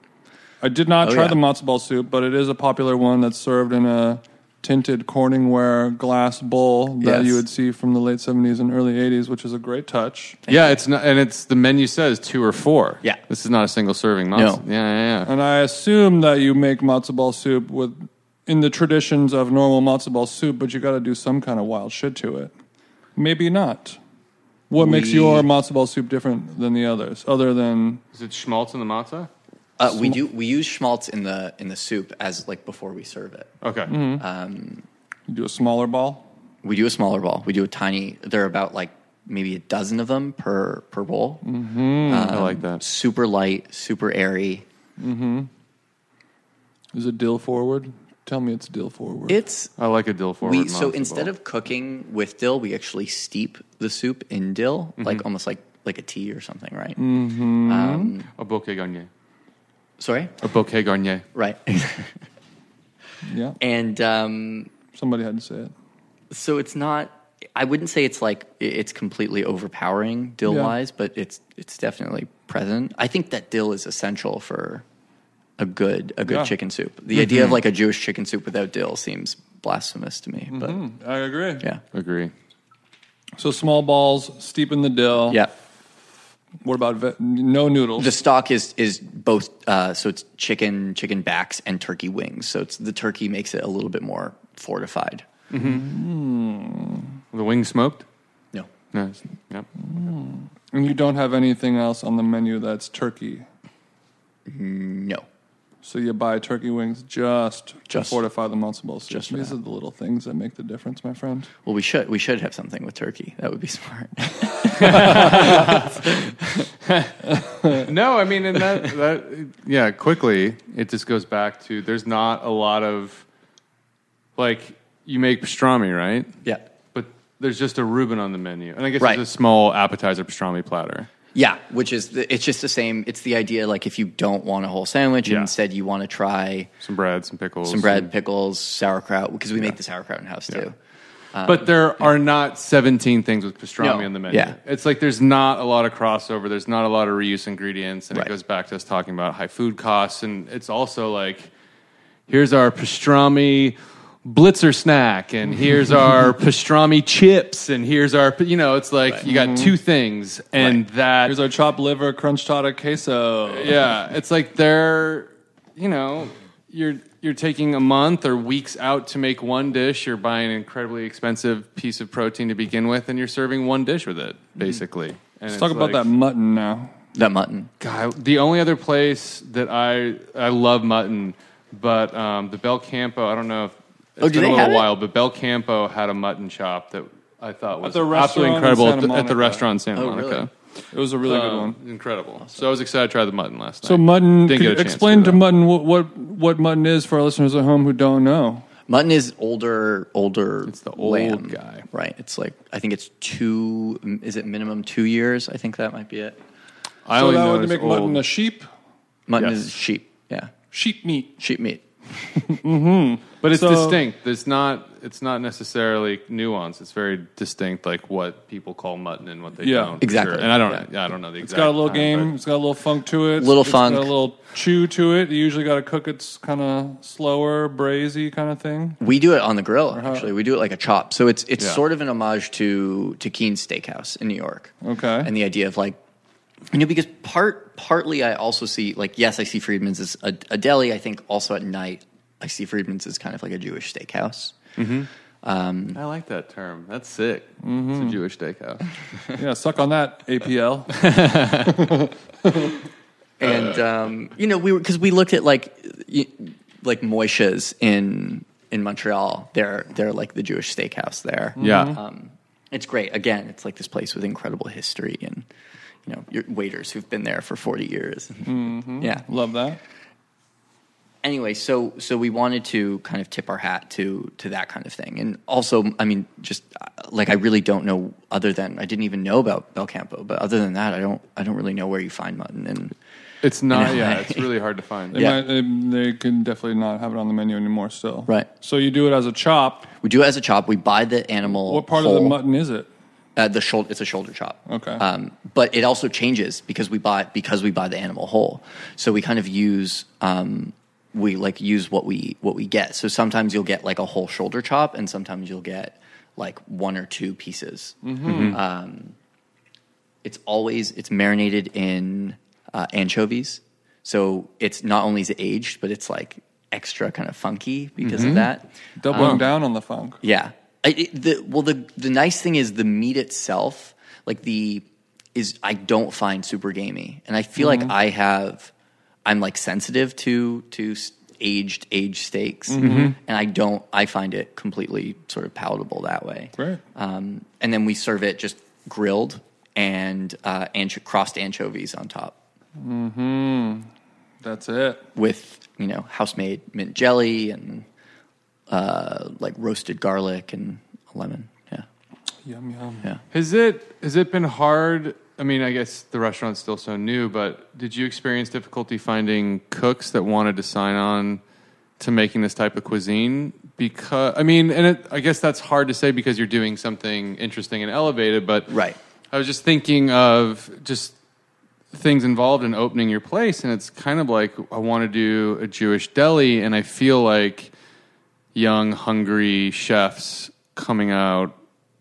Speaker 3: I did not
Speaker 5: Oh,
Speaker 3: try
Speaker 5: yeah.
Speaker 3: the matzo ball soup, but it is a popular one that's served in a tinted Corningware glass bowl that
Speaker 5: Yes.
Speaker 3: you would see from the late 70s and early 80s, which is a great touch.
Speaker 4: yeah, it's not, and it's the menu says two or four.
Speaker 5: Yeah.
Speaker 4: this is not a single serving. Monster. Yeah, yeah, yeah.
Speaker 3: And I assume that you make matzo ball soup with in the traditions of normal matzo ball soup, but you got to do some kind of wild shit to it. Maybe not. What makes
Speaker 5: We-
Speaker 3: your matzo ball soup different than the others, other than
Speaker 4: Is it schmaltz in the matzah?
Speaker 5: Uh, we do we use schmaltz in the in the soup as like before we serve it.
Speaker 4: Okay,
Speaker 5: Mm-hmm.
Speaker 3: you do a smaller ball?
Speaker 5: We do a smaller ball. We do a tiny. There are about like maybe a dozen of them per per bowl.
Speaker 4: Mm-hmm. I like that.
Speaker 5: Super light, super airy.
Speaker 3: Is it dill forward? Tell me it's dill forward.
Speaker 5: It's
Speaker 4: I like a dill forward.
Speaker 5: Um, we so
Speaker 4: matzo
Speaker 5: instead
Speaker 4: ball.
Speaker 5: of cooking with dill, we actually steep the soup in dill, like
Speaker 4: Mm-hmm.
Speaker 5: almost like like a tea or something, right?
Speaker 4: Mm. a bouquet garnier,
Speaker 5: Sorry,
Speaker 4: a bouquet garnier.
Speaker 5: right.
Speaker 3: yeah,
Speaker 5: and um,
Speaker 3: somebody had to say it.
Speaker 5: so it's not. I wouldn't say it's like i- it's completely overpowering dill
Speaker 3: Yeah.
Speaker 5: wise, but it's it's definitely present. I think that dill is essential for a good a good
Speaker 3: Yeah.
Speaker 5: chicken soup. The idea of like a Jewish chicken soup without dill seems blasphemous to me. But
Speaker 3: I agree.
Speaker 5: yeah,
Speaker 4: Agree.
Speaker 3: So small balls, steep in the dill.
Speaker 5: yeah.
Speaker 3: What about ve- no noodles?
Speaker 5: The stock is is both uh, so it's chicken chicken backs and turkey wings. So it's the turkey makes it a little bit more fortified.
Speaker 4: The wing smoked.
Speaker 5: No,
Speaker 4: Nice. Yep.
Speaker 3: and you don't have anything else on the menu that's turkey.
Speaker 5: no.
Speaker 3: So you buy turkey wings just, to
Speaker 5: Just-
Speaker 3: fortify the matzo ball soup.
Speaker 5: just for
Speaker 3: These
Speaker 5: that.
Speaker 3: are the little things that make the difference, my friend.
Speaker 5: Well, we should we should have something with turkey. That would be smart.
Speaker 4: No, I mean, and that, that, yeah, quickly, it just goes back to there's not a lot of, like, you make pastrami, right?
Speaker 5: yeah.
Speaker 4: But there's just a Reuben on the menu. And I guess
Speaker 5: Right.
Speaker 4: it's a small appetizer pastrami platter.
Speaker 5: Yeah, which is the, it's just the same. It's the idea like if you don't want a whole sandwich, and
Speaker 4: Yeah.
Speaker 5: instead you want to try
Speaker 4: Some bread, some pickles.
Speaker 5: some bread, pickles, sauerkraut because we make the sauerkraut in house too.
Speaker 3: Um,
Speaker 4: but there are not 17 things with pastrami
Speaker 5: No.
Speaker 4: on the menu.
Speaker 5: Yeah.
Speaker 4: It's like there's not a lot of crossover. There's not a lot of reuse ingredients. And
Speaker 5: Right.
Speaker 4: it goes back to us talking about high food costs. And it's also like, here's our pastrami blitzer snack. And here's our pastrami chips. And here's our, you know, it's like you got two things. And that
Speaker 3: Mm-hmm. Here's our chopped liver crunch tata queso.
Speaker 4: yeah, it's like they're, you know, you're you're taking a month or weeks out to make one dish. You're buying an incredibly expensive piece of protein to begin with, and you're serving one dish with it, basically. And
Speaker 3: Mm-hmm. Let's talk about that mutton now.
Speaker 5: That mutton.
Speaker 4: God, the only other place that I I love mutton, but um, the Bel Campo. I don't know. if it's
Speaker 5: Oh, do
Speaker 4: been
Speaker 5: they
Speaker 4: a little
Speaker 5: have it?
Speaker 4: while, but Bel Campo had a mutton chop that I thought was
Speaker 3: the restaurant
Speaker 4: absolutely
Speaker 3: in
Speaker 4: incredible at
Speaker 3: Santa
Speaker 4: the, at the
Speaker 3: Monica.
Speaker 4: restaurant in Santa
Speaker 5: Oh,
Speaker 4: Monica.
Speaker 5: really?
Speaker 3: It was a really good
Speaker 4: Um,
Speaker 3: one.
Speaker 4: Incredible. So I was excited to try the mutton last night.
Speaker 3: Uh, So mutton, could
Speaker 4: Didn't get
Speaker 3: you
Speaker 4: a chance
Speaker 3: explain to
Speaker 4: though.
Speaker 3: mutton what, what what mutton is for our listeners at home who don't know.
Speaker 5: Mutton is older, older. It's
Speaker 4: the old
Speaker 5: lamb,
Speaker 4: guy.
Speaker 5: right? It's like I think it's two. Is it minimum two years? I think that might be it.
Speaker 4: I
Speaker 3: So
Speaker 4: only
Speaker 3: that
Speaker 4: know
Speaker 3: would
Speaker 4: it's
Speaker 3: make
Speaker 4: old.
Speaker 3: mutton a sheep,
Speaker 5: Mutton
Speaker 4: Yes.
Speaker 5: is sheep. Yeah,
Speaker 3: sheep meat.
Speaker 5: sheep meat.
Speaker 4: But it's
Speaker 3: So-
Speaker 4: distinct. It's not. It's not necessarily nuanced. It's very distinct, like what people call mutton and what they
Speaker 3: Yeah.
Speaker 4: don't.
Speaker 5: Exactly.
Speaker 4: And I don't. Yeah. I don't know the exact.
Speaker 3: It's got a little
Speaker 4: time,
Speaker 3: game.
Speaker 4: but-
Speaker 3: It's got a little funk to it.
Speaker 5: Little
Speaker 3: It's
Speaker 5: funk.
Speaker 3: Got a little chew to it. You usually got to cook it kind of slower, brazy kind of thing.
Speaker 5: We do it on the grill. Actually, we do it like a chop. So it's it's
Speaker 4: Uh-huh. Yeah.
Speaker 5: sort of an homage to to Keen's Steakhouse in New York.
Speaker 3: Okay.
Speaker 5: and the idea of like you know because part partly I also see like yes I see Friedman's as a, a deli. I think also at night I see Friedman's as kind of like a Jewish steakhouse.
Speaker 4: I like that term. That's sick. It's a Jewish steakhouse.
Speaker 3: yeah, suck on that APL.
Speaker 5: and
Speaker 4: Uh.
Speaker 5: um, you know we were because we looked at like y- like Moisha's in in Montreal. They're they're like the Jewish steakhouse there.
Speaker 4: Yeah.
Speaker 5: um, it's great. Again, it's like this place with incredible history and you know your waiters who've been there for forty years.
Speaker 4: Mm-hmm.
Speaker 5: Yeah.
Speaker 3: Love that.
Speaker 5: Anyway, so so we wanted to kind of tip our hat to to that kind of thing, and also I mean just uh, like I really don't know other than I didn't even know about Belcampo, but other than that I don't I don't really know where you find mutton and.
Speaker 4: It's not.
Speaker 5: In a
Speaker 4: yeah.
Speaker 5: way.
Speaker 4: It's really hard to find.
Speaker 3: They,
Speaker 5: Yeah.
Speaker 3: might, they, they can definitely not have it on the menu anymore still.
Speaker 5: Right.
Speaker 3: So you do it as a chop.
Speaker 5: We do it as a chop. We buy the animal.
Speaker 3: What part of
Speaker 5: whole.
Speaker 3: the mutton is it?
Speaker 5: Uh, the shoulder. It's a shoulder chop.
Speaker 3: Okay.
Speaker 5: Um, but it also changes because we buy because we buy the animal whole. So we kind of use um, we like use what we what we get. So sometimes you'll get like a whole shoulder chop, and sometimes you'll get like one or two pieces. Um, it's always it's marinated in uh, anchovies, so it's not only is it aged, but it's like extra kind of funky because of that. Um,
Speaker 3: Doubling down on the funk.
Speaker 5: Yeah. I, it, the, well, the the nice thing is the meat itself, like the is I don't find super gamey, and I feel like I have I'm like sensitive to to s- aged aged steaks, and I don't I find it completely sort of palatable that way.
Speaker 3: Great.
Speaker 5: Um, and then we serve it just grilled and uh, ancho- crossed anchovies on top
Speaker 3: That's it.
Speaker 5: with you know house made mint jelly and uh, like roasted garlic and a lemon. Yeah.
Speaker 3: Yum yum.
Speaker 5: Yeah.
Speaker 4: Has it has it been hard? I mean, I guess the restaurant's still so new, but did you experience difficulty finding cooks that wanted to sign on to making this type of cuisine? Because I mean, and it, I guess that's hard to say because you're doing something interesting and elevated, but
Speaker 5: Right.
Speaker 4: I was just thinking of just things involved in opening your place, and it's kind of like I want to do a Jewish deli, and I feel like young, hungry chefs coming out,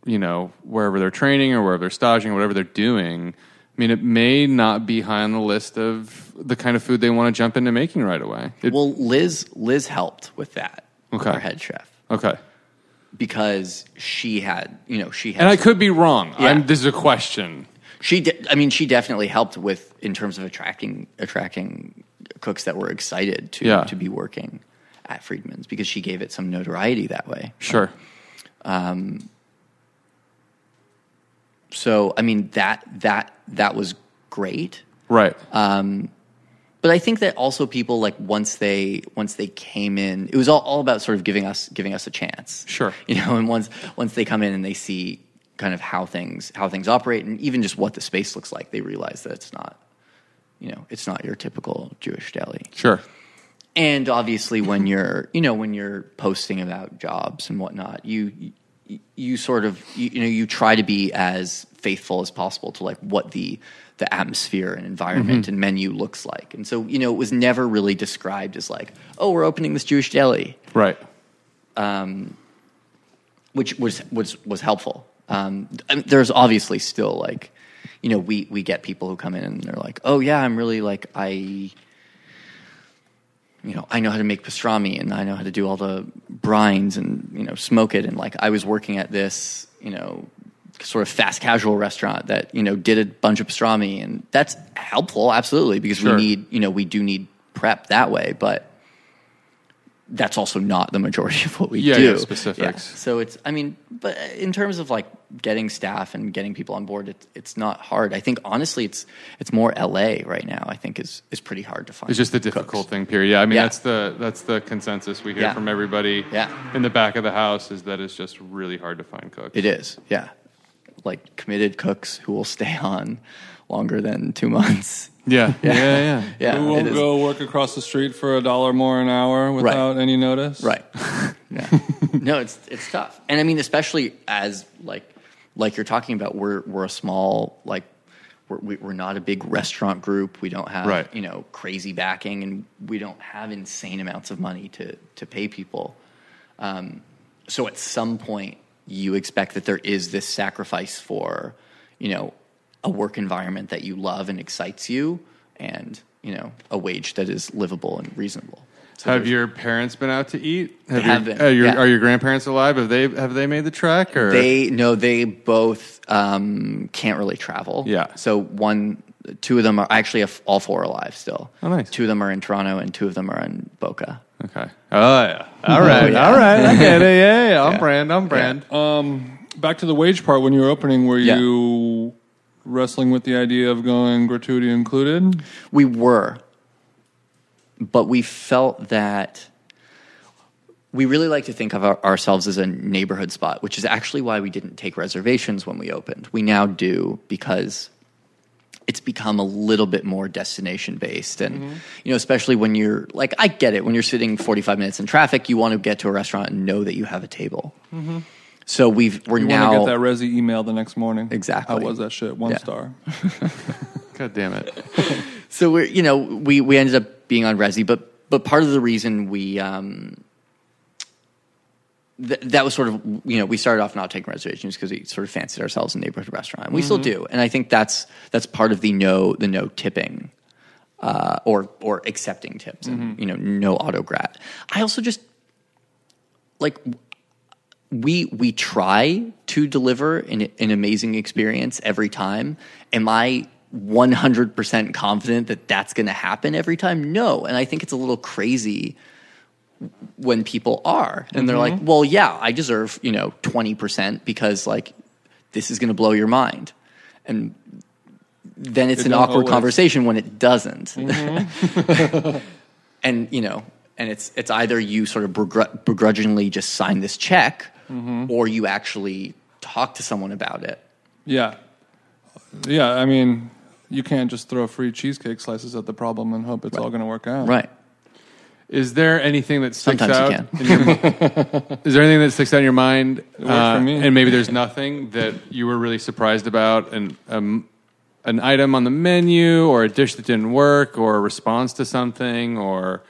Speaker 4: you know, wherever they're training or wherever they're staging or whatever they're doing. I mean, it may not be high on the list of the kind of food they want to jump into making right away. It-
Speaker 5: Well, Liz Liz helped with that.
Speaker 4: Okay.
Speaker 5: Our head chef
Speaker 4: okay.
Speaker 5: because she had, you know, she had
Speaker 4: And I could be wrong.
Speaker 5: Yeah.
Speaker 4: I'm, this is a question.
Speaker 5: she de- I mean, she definitely helped with in terms of attracting attracting cooks that were excited to
Speaker 4: Yeah.
Speaker 5: to be working at Friedman's because she gave it some notoriety that way.
Speaker 4: Sure.
Speaker 5: So, I mean, that that that was great.
Speaker 4: Right.
Speaker 5: Uh, But I think that also people like once they once they came in, it was all, all about sort of giving us giving us a chance.
Speaker 4: Sure.
Speaker 5: you know, and once once they come in and they see kind of how things how things operate and even just what the space looks like, they realize that it's not, you know, it's not your typical Jewish deli.
Speaker 4: sure.
Speaker 5: And obviously, when you're you know when you're posting about jobs and whatnot, you you, you sort of you, you know you try to be as faithful as possible to like what the the atmosphere and environment and menu looks like. And so you know it was never really described as like oh we're opening this Jewish deli,
Speaker 4: Right.
Speaker 5: which was was was helpful. Um, I mean, there's obviously still like, you know, we we get people who come in and they're like, oh yeah, I'm really like I, you know, I know how to make pastrami and I know how to do all the brines and you know smoke it and like I was working at this you know sort of fast casual restaurant that you know did a bunch of pastrami and that's helpful absolutely because
Speaker 4: Sure.
Speaker 5: we need you know we do need prep that way but that's also not the majority of what we
Speaker 4: Yeah,
Speaker 5: do.
Speaker 4: yeah, specifics.
Speaker 5: So it's, I mean, but in terms of like getting staff and getting people on board, it's it's not hard. I think honestly, it's it's more LA right now. I think is is pretty hard to find.
Speaker 4: It's just the
Speaker 5: cooks.
Speaker 4: difficult thing, period. Yeah, I mean
Speaker 5: Yeah.
Speaker 4: that's the that's the consensus we hear
Speaker 5: Yeah.
Speaker 4: from everybody
Speaker 5: Yeah.
Speaker 4: in the back of the house is that it's just really hard to find cooks.
Speaker 5: It is, yeah. like committed cooks who will stay on longer than two months.
Speaker 4: Yeah.
Speaker 3: Yeah, yeah.
Speaker 5: Yeah,
Speaker 3: Who
Speaker 5: it
Speaker 3: won't
Speaker 5: is.
Speaker 3: go work across the street for a dollar more an hour without any notice?
Speaker 5: Right. yeah. No, it's it's tough. And I mean, especially as like like you're talking about, we're we're a small like we're we- we're not a big restaurant group. We don't have
Speaker 4: Right.
Speaker 5: you know crazy backing, and we don't have insane amounts of money to to pay people. Um, so at some point, you expect that there is this sacrifice for you know a work environment that you love and excites you, and you know a wage that is livable and reasonable. So
Speaker 4: have
Speaker 5: there's-
Speaker 4: your parents been out to eat?
Speaker 5: have
Speaker 4: your,
Speaker 5: been,
Speaker 4: Are your,
Speaker 5: yeah.
Speaker 4: are your grandparents alive? Have they have they made the trek? Or
Speaker 5: They no, they both um, can't really travel.
Speaker 4: Yeah.
Speaker 5: So one, two of them are actually have- all four are alive still.
Speaker 4: Oh, nice.
Speaker 5: Two of them are in Toronto, and two of them are in Boca.
Speaker 4: okay. Oh yeah. All right.
Speaker 5: yeah.
Speaker 4: All right. I get it. Yeah. yeah. I'm
Speaker 5: Yeah.
Speaker 4: brand. I'm brand. Oh,
Speaker 3: Back to the wage part when you were opening, were
Speaker 5: Yeah.
Speaker 3: you wrestling with the idea of going gratuity included?
Speaker 5: We were, but we felt that we really like to think of our, ourselves as a neighborhood spot, which is actually why we didn't take reservations when we opened. We now do because it's become a little bit more destination based and
Speaker 3: Mm-hmm.
Speaker 5: you know especially when you're like i get it when you're sitting 45 minutes in traffic you want to get to a restaurant and know that you have a table so we've we're
Speaker 3: Mm-hmm. You
Speaker 5: now
Speaker 3: want to get that resi email the next morning.
Speaker 5: Exactly.
Speaker 3: How was that shit? One
Speaker 5: Yeah.
Speaker 3: star.
Speaker 4: God damn it.
Speaker 5: so we're you know we we ended up being on Resi, but but part of the reason we um th- that was sort of you know we started off not taking reservations because we sort of fancied ourselves a neighborhood restaurant. We still do, and I think that's that's part of the no the no tipping. Uh, or or accepting tips and you know no autograt. I also just like we we try to deliver an, an amazing experience every time. Am I 100% confident that that's going to happen every time? No, and I think it's a little crazy when people are and they're
Speaker 3: Mm-hmm.
Speaker 5: like, "Well, yeah, I deserve, you know, 20% because like this is going to blow your mind." And then it's
Speaker 3: It
Speaker 5: an
Speaker 3: don't
Speaker 5: awkward
Speaker 3: always- Mm-hmm.
Speaker 5: conversation when it doesn't. and you know and it's it's either you sort of begru- begrudgingly just sign this check or you actually talk to someone about it
Speaker 3: Yeah. Yeah, I mean, you can't just throw free cheesecake slices at the problem and hope it's all going to work out.
Speaker 5: right
Speaker 4: Is there anything that sticks
Speaker 5: sometimes
Speaker 4: out?
Speaker 5: you can
Speaker 4: Is there anything that sticks out in your mind? uh,
Speaker 3: worked for me.
Speaker 4: And maybe there's nothing that you were really surprised about, and um, an item on the menu, or a dish that didn't work, or a response to something, or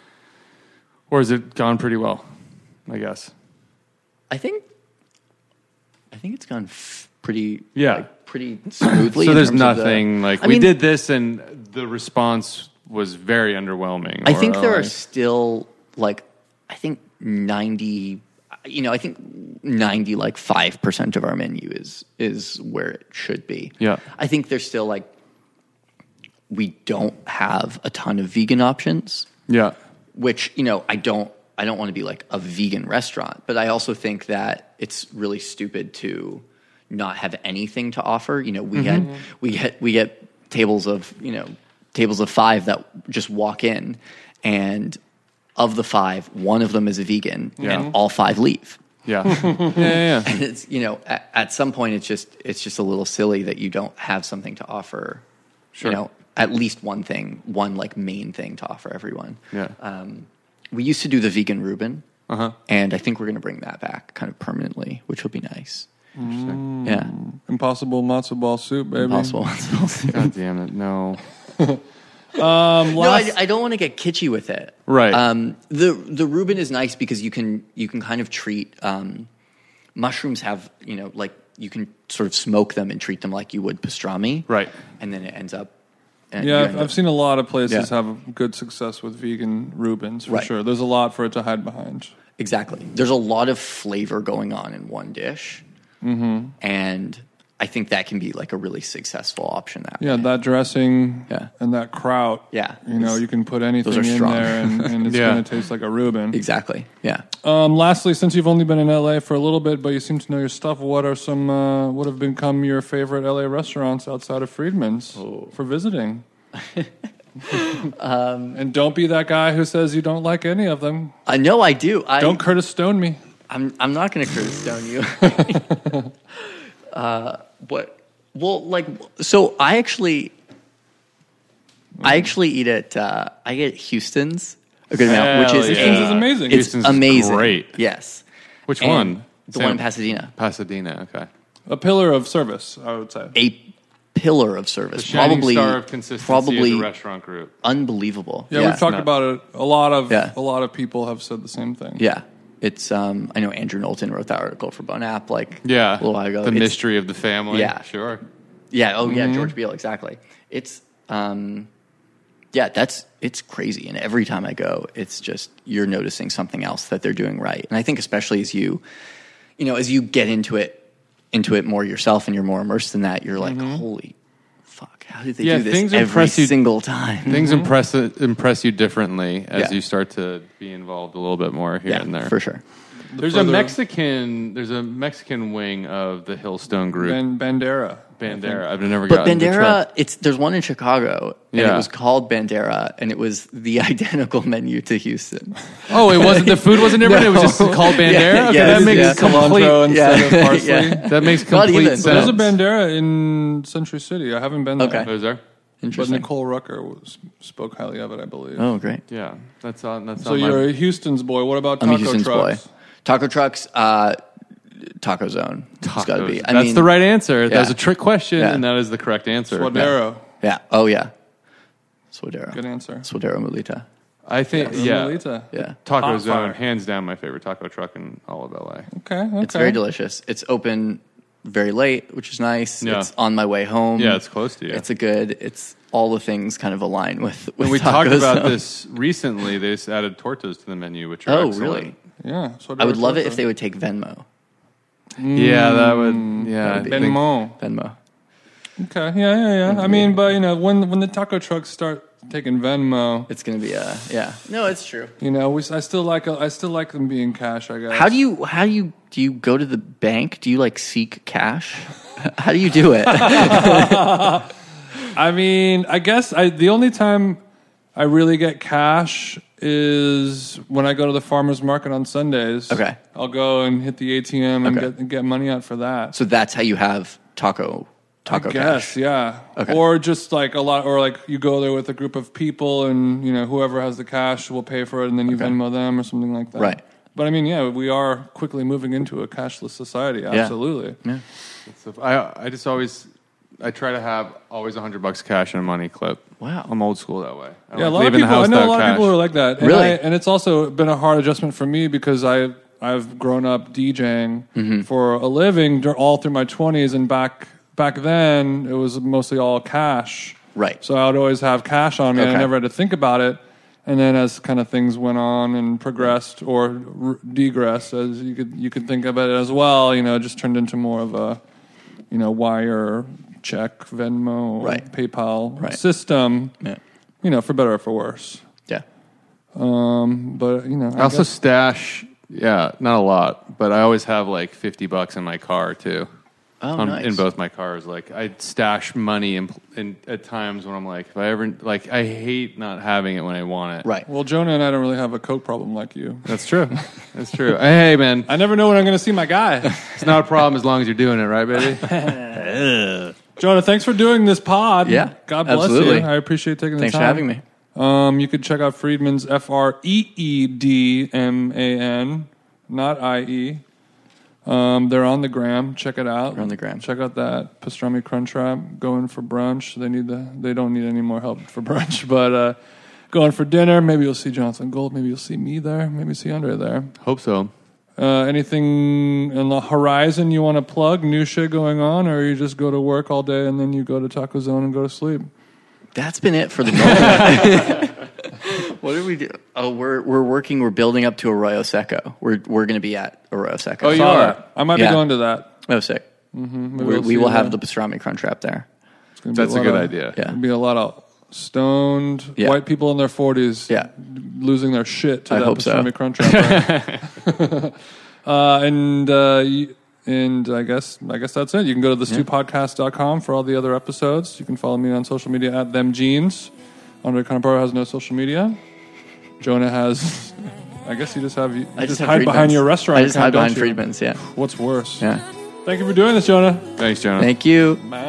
Speaker 4: or is it gone pretty well? I guess.
Speaker 5: i think i think it's gone f- pretty
Speaker 4: Yeah.
Speaker 5: like, pretty smoothly
Speaker 4: So
Speaker 5: in
Speaker 4: there's
Speaker 5: terms of the-
Speaker 4: nothing like
Speaker 5: I
Speaker 4: we
Speaker 5: mean,
Speaker 4: did this, and the response was very underwhelming.
Speaker 5: i
Speaker 4: or,
Speaker 5: think there are
Speaker 4: like-
Speaker 5: still like i think 90 you know i think 90 like 5% of our menu is is where it should be
Speaker 4: Yeah.
Speaker 5: i think there's still like we don't have a ton of vegan options
Speaker 4: yeah.
Speaker 5: which you know i don't i don't want to be like a vegan restaurant but i also think that it's really stupid to not have anything to offer you know we
Speaker 4: Mm-hmm.
Speaker 5: had we get we get tables of you know tables of five that just walk in and of the five one of them is a vegan
Speaker 4: Yeah.
Speaker 5: and all five leave
Speaker 4: Yeah. yeah, yeah, yeah.
Speaker 5: and it's you know at, at some point it's just it's just a little silly that you don't have something to offer
Speaker 4: Sure.
Speaker 5: you know at least one thing one like main thing to offer everyone
Speaker 4: Yeah.
Speaker 5: um, we used to do the vegan Reuben,
Speaker 3: Uh-huh.
Speaker 5: and I think we're going to bring that back kind of permanently, which will be nice. Mm. Yeah,
Speaker 3: Mm. Impossible matzo ball soup, baby.
Speaker 5: possible.
Speaker 4: God damn it! No.
Speaker 3: Um,
Speaker 5: no, I, I don't want to get kitschy with it.
Speaker 4: Right.
Speaker 5: Um, the the Reuben is nice because you can you can kind of treat um, mushrooms have you know like you can sort of smoke them and treat them like you would pastrami.
Speaker 4: Right.
Speaker 5: And then it ends up. and
Speaker 3: Yeah,
Speaker 5: you
Speaker 3: I've,
Speaker 5: end
Speaker 3: I've
Speaker 5: up-
Speaker 3: seen a lot of places
Speaker 5: Yeah.
Speaker 3: have good success with vegan Rubens for
Speaker 5: Right.
Speaker 3: sure. There's a lot for it to hide behind.
Speaker 5: Exactly. There's a lot of flavor going on in one dish. Mm-hmm. And I think that can be like a really successful option that
Speaker 3: Yeah,
Speaker 5: way.
Speaker 3: that dressing
Speaker 5: Yeah.
Speaker 3: and that kraut.
Speaker 5: Yeah.
Speaker 3: you know,
Speaker 5: It's-
Speaker 3: you can put anything
Speaker 5: those are
Speaker 3: in
Speaker 5: strong.
Speaker 3: there, and, and it's
Speaker 4: Yeah.
Speaker 3: going to taste like a Reuben.
Speaker 5: Exactly. Yeah.
Speaker 3: Um, lastly, since you've only been in LA for a little bit, but you seem to know your stuff, what are some uh, what have become your favorite LA restaurants outside of Friedman's
Speaker 5: Oh.
Speaker 3: for visiting? and don't be that guy who says you don't like any of them.
Speaker 5: I know Uh, I do. I
Speaker 3: Don't Curtis Stone me.
Speaker 5: I'm I'm not going to Curtis Stone you. uh, what? Well, like, so I actually,
Speaker 4: Mm.
Speaker 5: I actually eat at uh, I get Houston's a good amount, which
Speaker 4: Hell
Speaker 5: is
Speaker 4: yeah.
Speaker 5: a-
Speaker 3: Houston's is amazing.
Speaker 5: It's
Speaker 4: Houston's is
Speaker 5: amazing.
Speaker 4: great.
Speaker 5: Yes.
Speaker 4: Which
Speaker 5: And
Speaker 4: one?
Speaker 5: The one in
Speaker 4: Sam-
Speaker 5: Pasadena.
Speaker 4: Pasadena. Okay.
Speaker 3: A pillar of service, I would say.
Speaker 5: A pillar of service.
Speaker 4: Shining
Speaker 5: probably
Speaker 4: star of consistency
Speaker 5: probably
Speaker 4: of the restaurant group.
Speaker 5: unbelievable.
Speaker 3: Yeah,
Speaker 5: yeah.
Speaker 3: we've talked
Speaker 4: No.
Speaker 3: about it. A lot of
Speaker 5: Yeah.
Speaker 3: a lot of people have said the same thing.
Speaker 5: Yeah. It's um I know Andrew Knowlton wrote that article for Bon App like
Speaker 4: Yeah.
Speaker 5: a little while ago.
Speaker 4: The
Speaker 5: It's-
Speaker 4: mystery of the family.
Speaker 5: Yeah.
Speaker 4: Sure.
Speaker 5: Yeah, oh yeah,
Speaker 4: Mm-hmm.
Speaker 5: George Beale, exactly. It's um yeah, that's it's crazy. And every time I go, it's just you're noticing something else that they're doing right. And I think especially as you you know, as you get into it into it more yourself and you're more immersed in that, you're like, holy fuck, how did they
Speaker 4: Mm-hmm. Yeah,
Speaker 5: do this
Speaker 4: things
Speaker 5: every
Speaker 4: impress you-
Speaker 5: single time?
Speaker 4: Things impress impress you differently as
Speaker 5: Yeah.
Speaker 4: you start to be involved a little bit more here
Speaker 5: yeah,
Speaker 4: and there.
Speaker 5: for sure.
Speaker 4: There's
Speaker 3: further-
Speaker 4: a Mexican. There's a Mexican wing of the Hillstone Group.
Speaker 3: Ben Bandera.
Speaker 4: Bandera. I've never
Speaker 5: But
Speaker 4: gotten to try-
Speaker 5: Bandera, it's there's one in Chicago, and it
Speaker 4: Yeah.
Speaker 5: was called Bandera, and it was the identical menu to Houston.
Speaker 4: Oh, it wasn't the food wasn't different. It was just called Bandera.
Speaker 5: Yeah,
Speaker 4: okay,
Speaker 5: yeah,
Speaker 4: that makes
Speaker 5: yeah.
Speaker 4: complete.
Speaker 3: Cilantro instead
Speaker 5: Yeah.
Speaker 3: of parsley.
Speaker 5: Yeah.
Speaker 4: That makes
Speaker 5: Not
Speaker 4: complete
Speaker 5: even.
Speaker 4: sense.
Speaker 5: But
Speaker 3: There's a Bandera in Century City. I haven't been there.
Speaker 5: Okay.
Speaker 4: Is there?
Speaker 3: But
Speaker 5: Interesting.
Speaker 3: Nicole Rucker was, spoke highly of it, I believe.
Speaker 5: Oh, great.
Speaker 4: Yeah, that's on. That's
Speaker 3: So
Speaker 4: on
Speaker 3: you're
Speaker 4: my,
Speaker 3: a Houston's boy. What about
Speaker 5: I'm
Speaker 3: taco
Speaker 5: a Houston's
Speaker 3: trucks?
Speaker 5: boy. Taco trucks, uh, Taco Zone. It's got to be. I
Speaker 4: that's
Speaker 5: mean,
Speaker 4: the right answer. That was
Speaker 5: yeah.
Speaker 4: a trick question,
Speaker 5: Yeah.
Speaker 4: and that is the correct answer.
Speaker 3: Swadero.
Speaker 5: Yeah. Oh, yeah. Swadero.
Speaker 3: Good answer.
Speaker 5: Swadero Mulita.
Speaker 4: I think yeah.
Speaker 3: Lolita.
Speaker 5: Yeah.
Speaker 4: Taco
Speaker 3: Hot
Speaker 4: Zone,
Speaker 3: fire.
Speaker 4: hands down, my favorite taco truck in all of LA.
Speaker 5: Mm.
Speaker 3: Okay, okay.
Speaker 5: It's very delicious. It's open very late, which is nice.
Speaker 4: Yeah.
Speaker 5: It's on my way home.
Speaker 4: Yeah, it's close to you.
Speaker 5: It's a good. It's all the things kind of align with. with
Speaker 4: When we
Speaker 5: Taco
Speaker 4: talked about
Speaker 5: Zone.
Speaker 4: this recently, they just added tortas to the menu, which are
Speaker 5: Oh,
Speaker 4: excellent.
Speaker 5: really?
Speaker 3: yeah. Suadero
Speaker 5: I would love it
Speaker 3: trucks.
Speaker 5: if they would take Venmo.
Speaker 4: Yeah, that would. Yeah,
Speaker 5: would Mm. be-
Speaker 4: I
Speaker 3: Ben
Speaker 4: think-
Speaker 3: Mo.
Speaker 5: Venmo.
Speaker 3: Okay, yeah, yeah, yeah. I mean, but you know, when when the taco trucks start taking Venmo,
Speaker 5: It's gonna be a yeah. No, it's true.
Speaker 3: you know, we, I still like I still like them being cash. I guess.
Speaker 5: How do you how do you do you go to the bank? Do you like seek cash? how do you do it?
Speaker 3: I mean, I guess I the only time I really get cash is when I go to the farmers market on Sundays.
Speaker 5: Okay.
Speaker 3: I'll go and hit the ATM and
Speaker 5: Okay.
Speaker 3: get get money out for that.
Speaker 5: so that's how you have taco taco
Speaker 3: I guess,
Speaker 5: cash.
Speaker 3: yeah.
Speaker 5: Okay.
Speaker 3: Or just like a lot, or like you go there with a group of people, and you know whoever has the cash will pay for it, and then you Venmo them or something like that.
Speaker 5: Right.
Speaker 3: But I mean, yeah, we are quickly moving into a cashless society. Absolutely.
Speaker 5: Yeah.
Speaker 4: So I I just always I try to have always a hundred bucks cash in a money clip.
Speaker 5: Wow.
Speaker 4: I'm old school that way. I
Speaker 3: Yeah,
Speaker 4: like
Speaker 3: a lot of
Speaker 4: leaving the
Speaker 3: people. I
Speaker 4: house
Speaker 3: know a
Speaker 4: without
Speaker 3: lot of
Speaker 4: cash.
Speaker 3: people who are like that. And
Speaker 5: Really?
Speaker 3: I- and it's also been a hard adjustment for me because I I've grown up DJing for a living dur- all through my twenties, and back back then it was mostly all cash.
Speaker 5: Right.
Speaker 3: So I would always have cash on me. And I
Speaker 5: Okay.
Speaker 3: never had to think about it. And then as kind of things went on and progressed or r- degressed, as you could you could think of it as well, you know, it just turned into more of a you know wire check Venmo
Speaker 5: Right.
Speaker 3: PayPal
Speaker 5: Right.
Speaker 3: system
Speaker 5: Yeah.
Speaker 3: you know, for better or for worse.
Speaker 5: Yeah.
Speaker 3: But you know,
Speaker 4: I also
Speaker 3: guess-
Speaker 4: stash. Yeah, not a lot, but I always have like fifty bucks in my car too.
Speaker 5: Oh,
Speaker 4: on-
Speaker 5: nice.
Speaker 4: In both my cars, like I stash money in, in at times when I'm like, if I ever like, I hate not having it when I want it.
Speaker 5: Right.
Speaker 3: well, Jonah and I don't really have a coke problem like you.
Speaker 4: That's true. That's true. hey, man,
Speaker 3: I never know when I'm going to see my guy.
Speaker 4: it's not a problem as long as you're doing it, right, baby?
Speaker 3: Jonah, thanks for doing this pod.
Speaker 5: Yeah,
Speaker 3: God bless
Speaker 5: absolutely.
Speaker 3: you. I appreciate taking the
Speaker 5: Thanks
Speaker 3: time.
Speaker 5: for having me.
Speaker 3: Um, you could check out Friedman's F R E E D M A N, not I E. Um, they're on the gram. Check it out. They're
Speaker 5: on the gram.
Speaker 3: Check out that pastrami crunch wrap. Going for brunch. They need the. They don't need any more help for brunch. But uh, going for dinner. Maybe you'll see Jonathan Gold. Maybe you'll see me there. Maybe see Andre there.
Speaker 4: Hope so.
Speaker 3: Uh, anything on the horizon you want to plug? New shit going on, or you just go to work all day and then you go to Taco Zone and go to sleep?
Speaker 5: That's been it for the moment. what do we do? Oh, we're we're working. We're building up to Arroyo Seco. We're we're going to be at Arroyo Seco.
Speaker 4: Oh, you
Speaker 3: Saw
Speaker 4: are.
Speaker 3: that. I might
Speaker 5: Yeah.
Speaker 3: be going to that.
Speaker 5: Oh, sick.
Speaker 3: Mm-hmm. Maybe
Speaker 5: We're,
Speaker 3: we'll
Speaker 5: we
Speaker 3: see
Speaker 5: will
Speaker 3: you
Speaker 5: have the
Speaker 3: there.
Speaker 5: pastrami crunch wrap there.
Speaker 3: It's gonna be
Speaker 4: That's a
Speaker 3: lot
Speaker 4: good
Speaker 3: of-
Speaker 4: idea.
Speaker 5: Yeah.
Speaker 3: It'll be a lot of stoned
Speaker 5: Yeah.
Speaker 3: white people in their forties,
Speaker 5: Yeah.
Speaker 3: losing their shit to
Speaker 5: I
Speaker 3: that
Speaker 5: hope so.
Speaker 3: pastrami crunch wrapper. uh, and uh, y- and I guess I guess that's it. You can go to thestewpodcast.com for all the other episodes. You can follow me on social media at them jeans. Andre Conaparo has no social media. Jonah has. I guess you just have you, you
Speaker 5: I
Speaker 3: just,
Speaker 5: have
Speaker 3: hide behind
Speaker 5: Friedman's.
Speaker 3: your restaurant.
Speaker 5: I just hide
Speaker 3: account,
Speaker 5: behind
Speaker 3: don't you?
Speaker 5: Friedman's. Yeah.
Speaker 3: What's worse?
Speaker 5: Yeah. Thank you for doing this, Jonah.
Speaker 3: Thanks, Jonah.
Speaker 4: Thank you.
Speaker 5: Bye.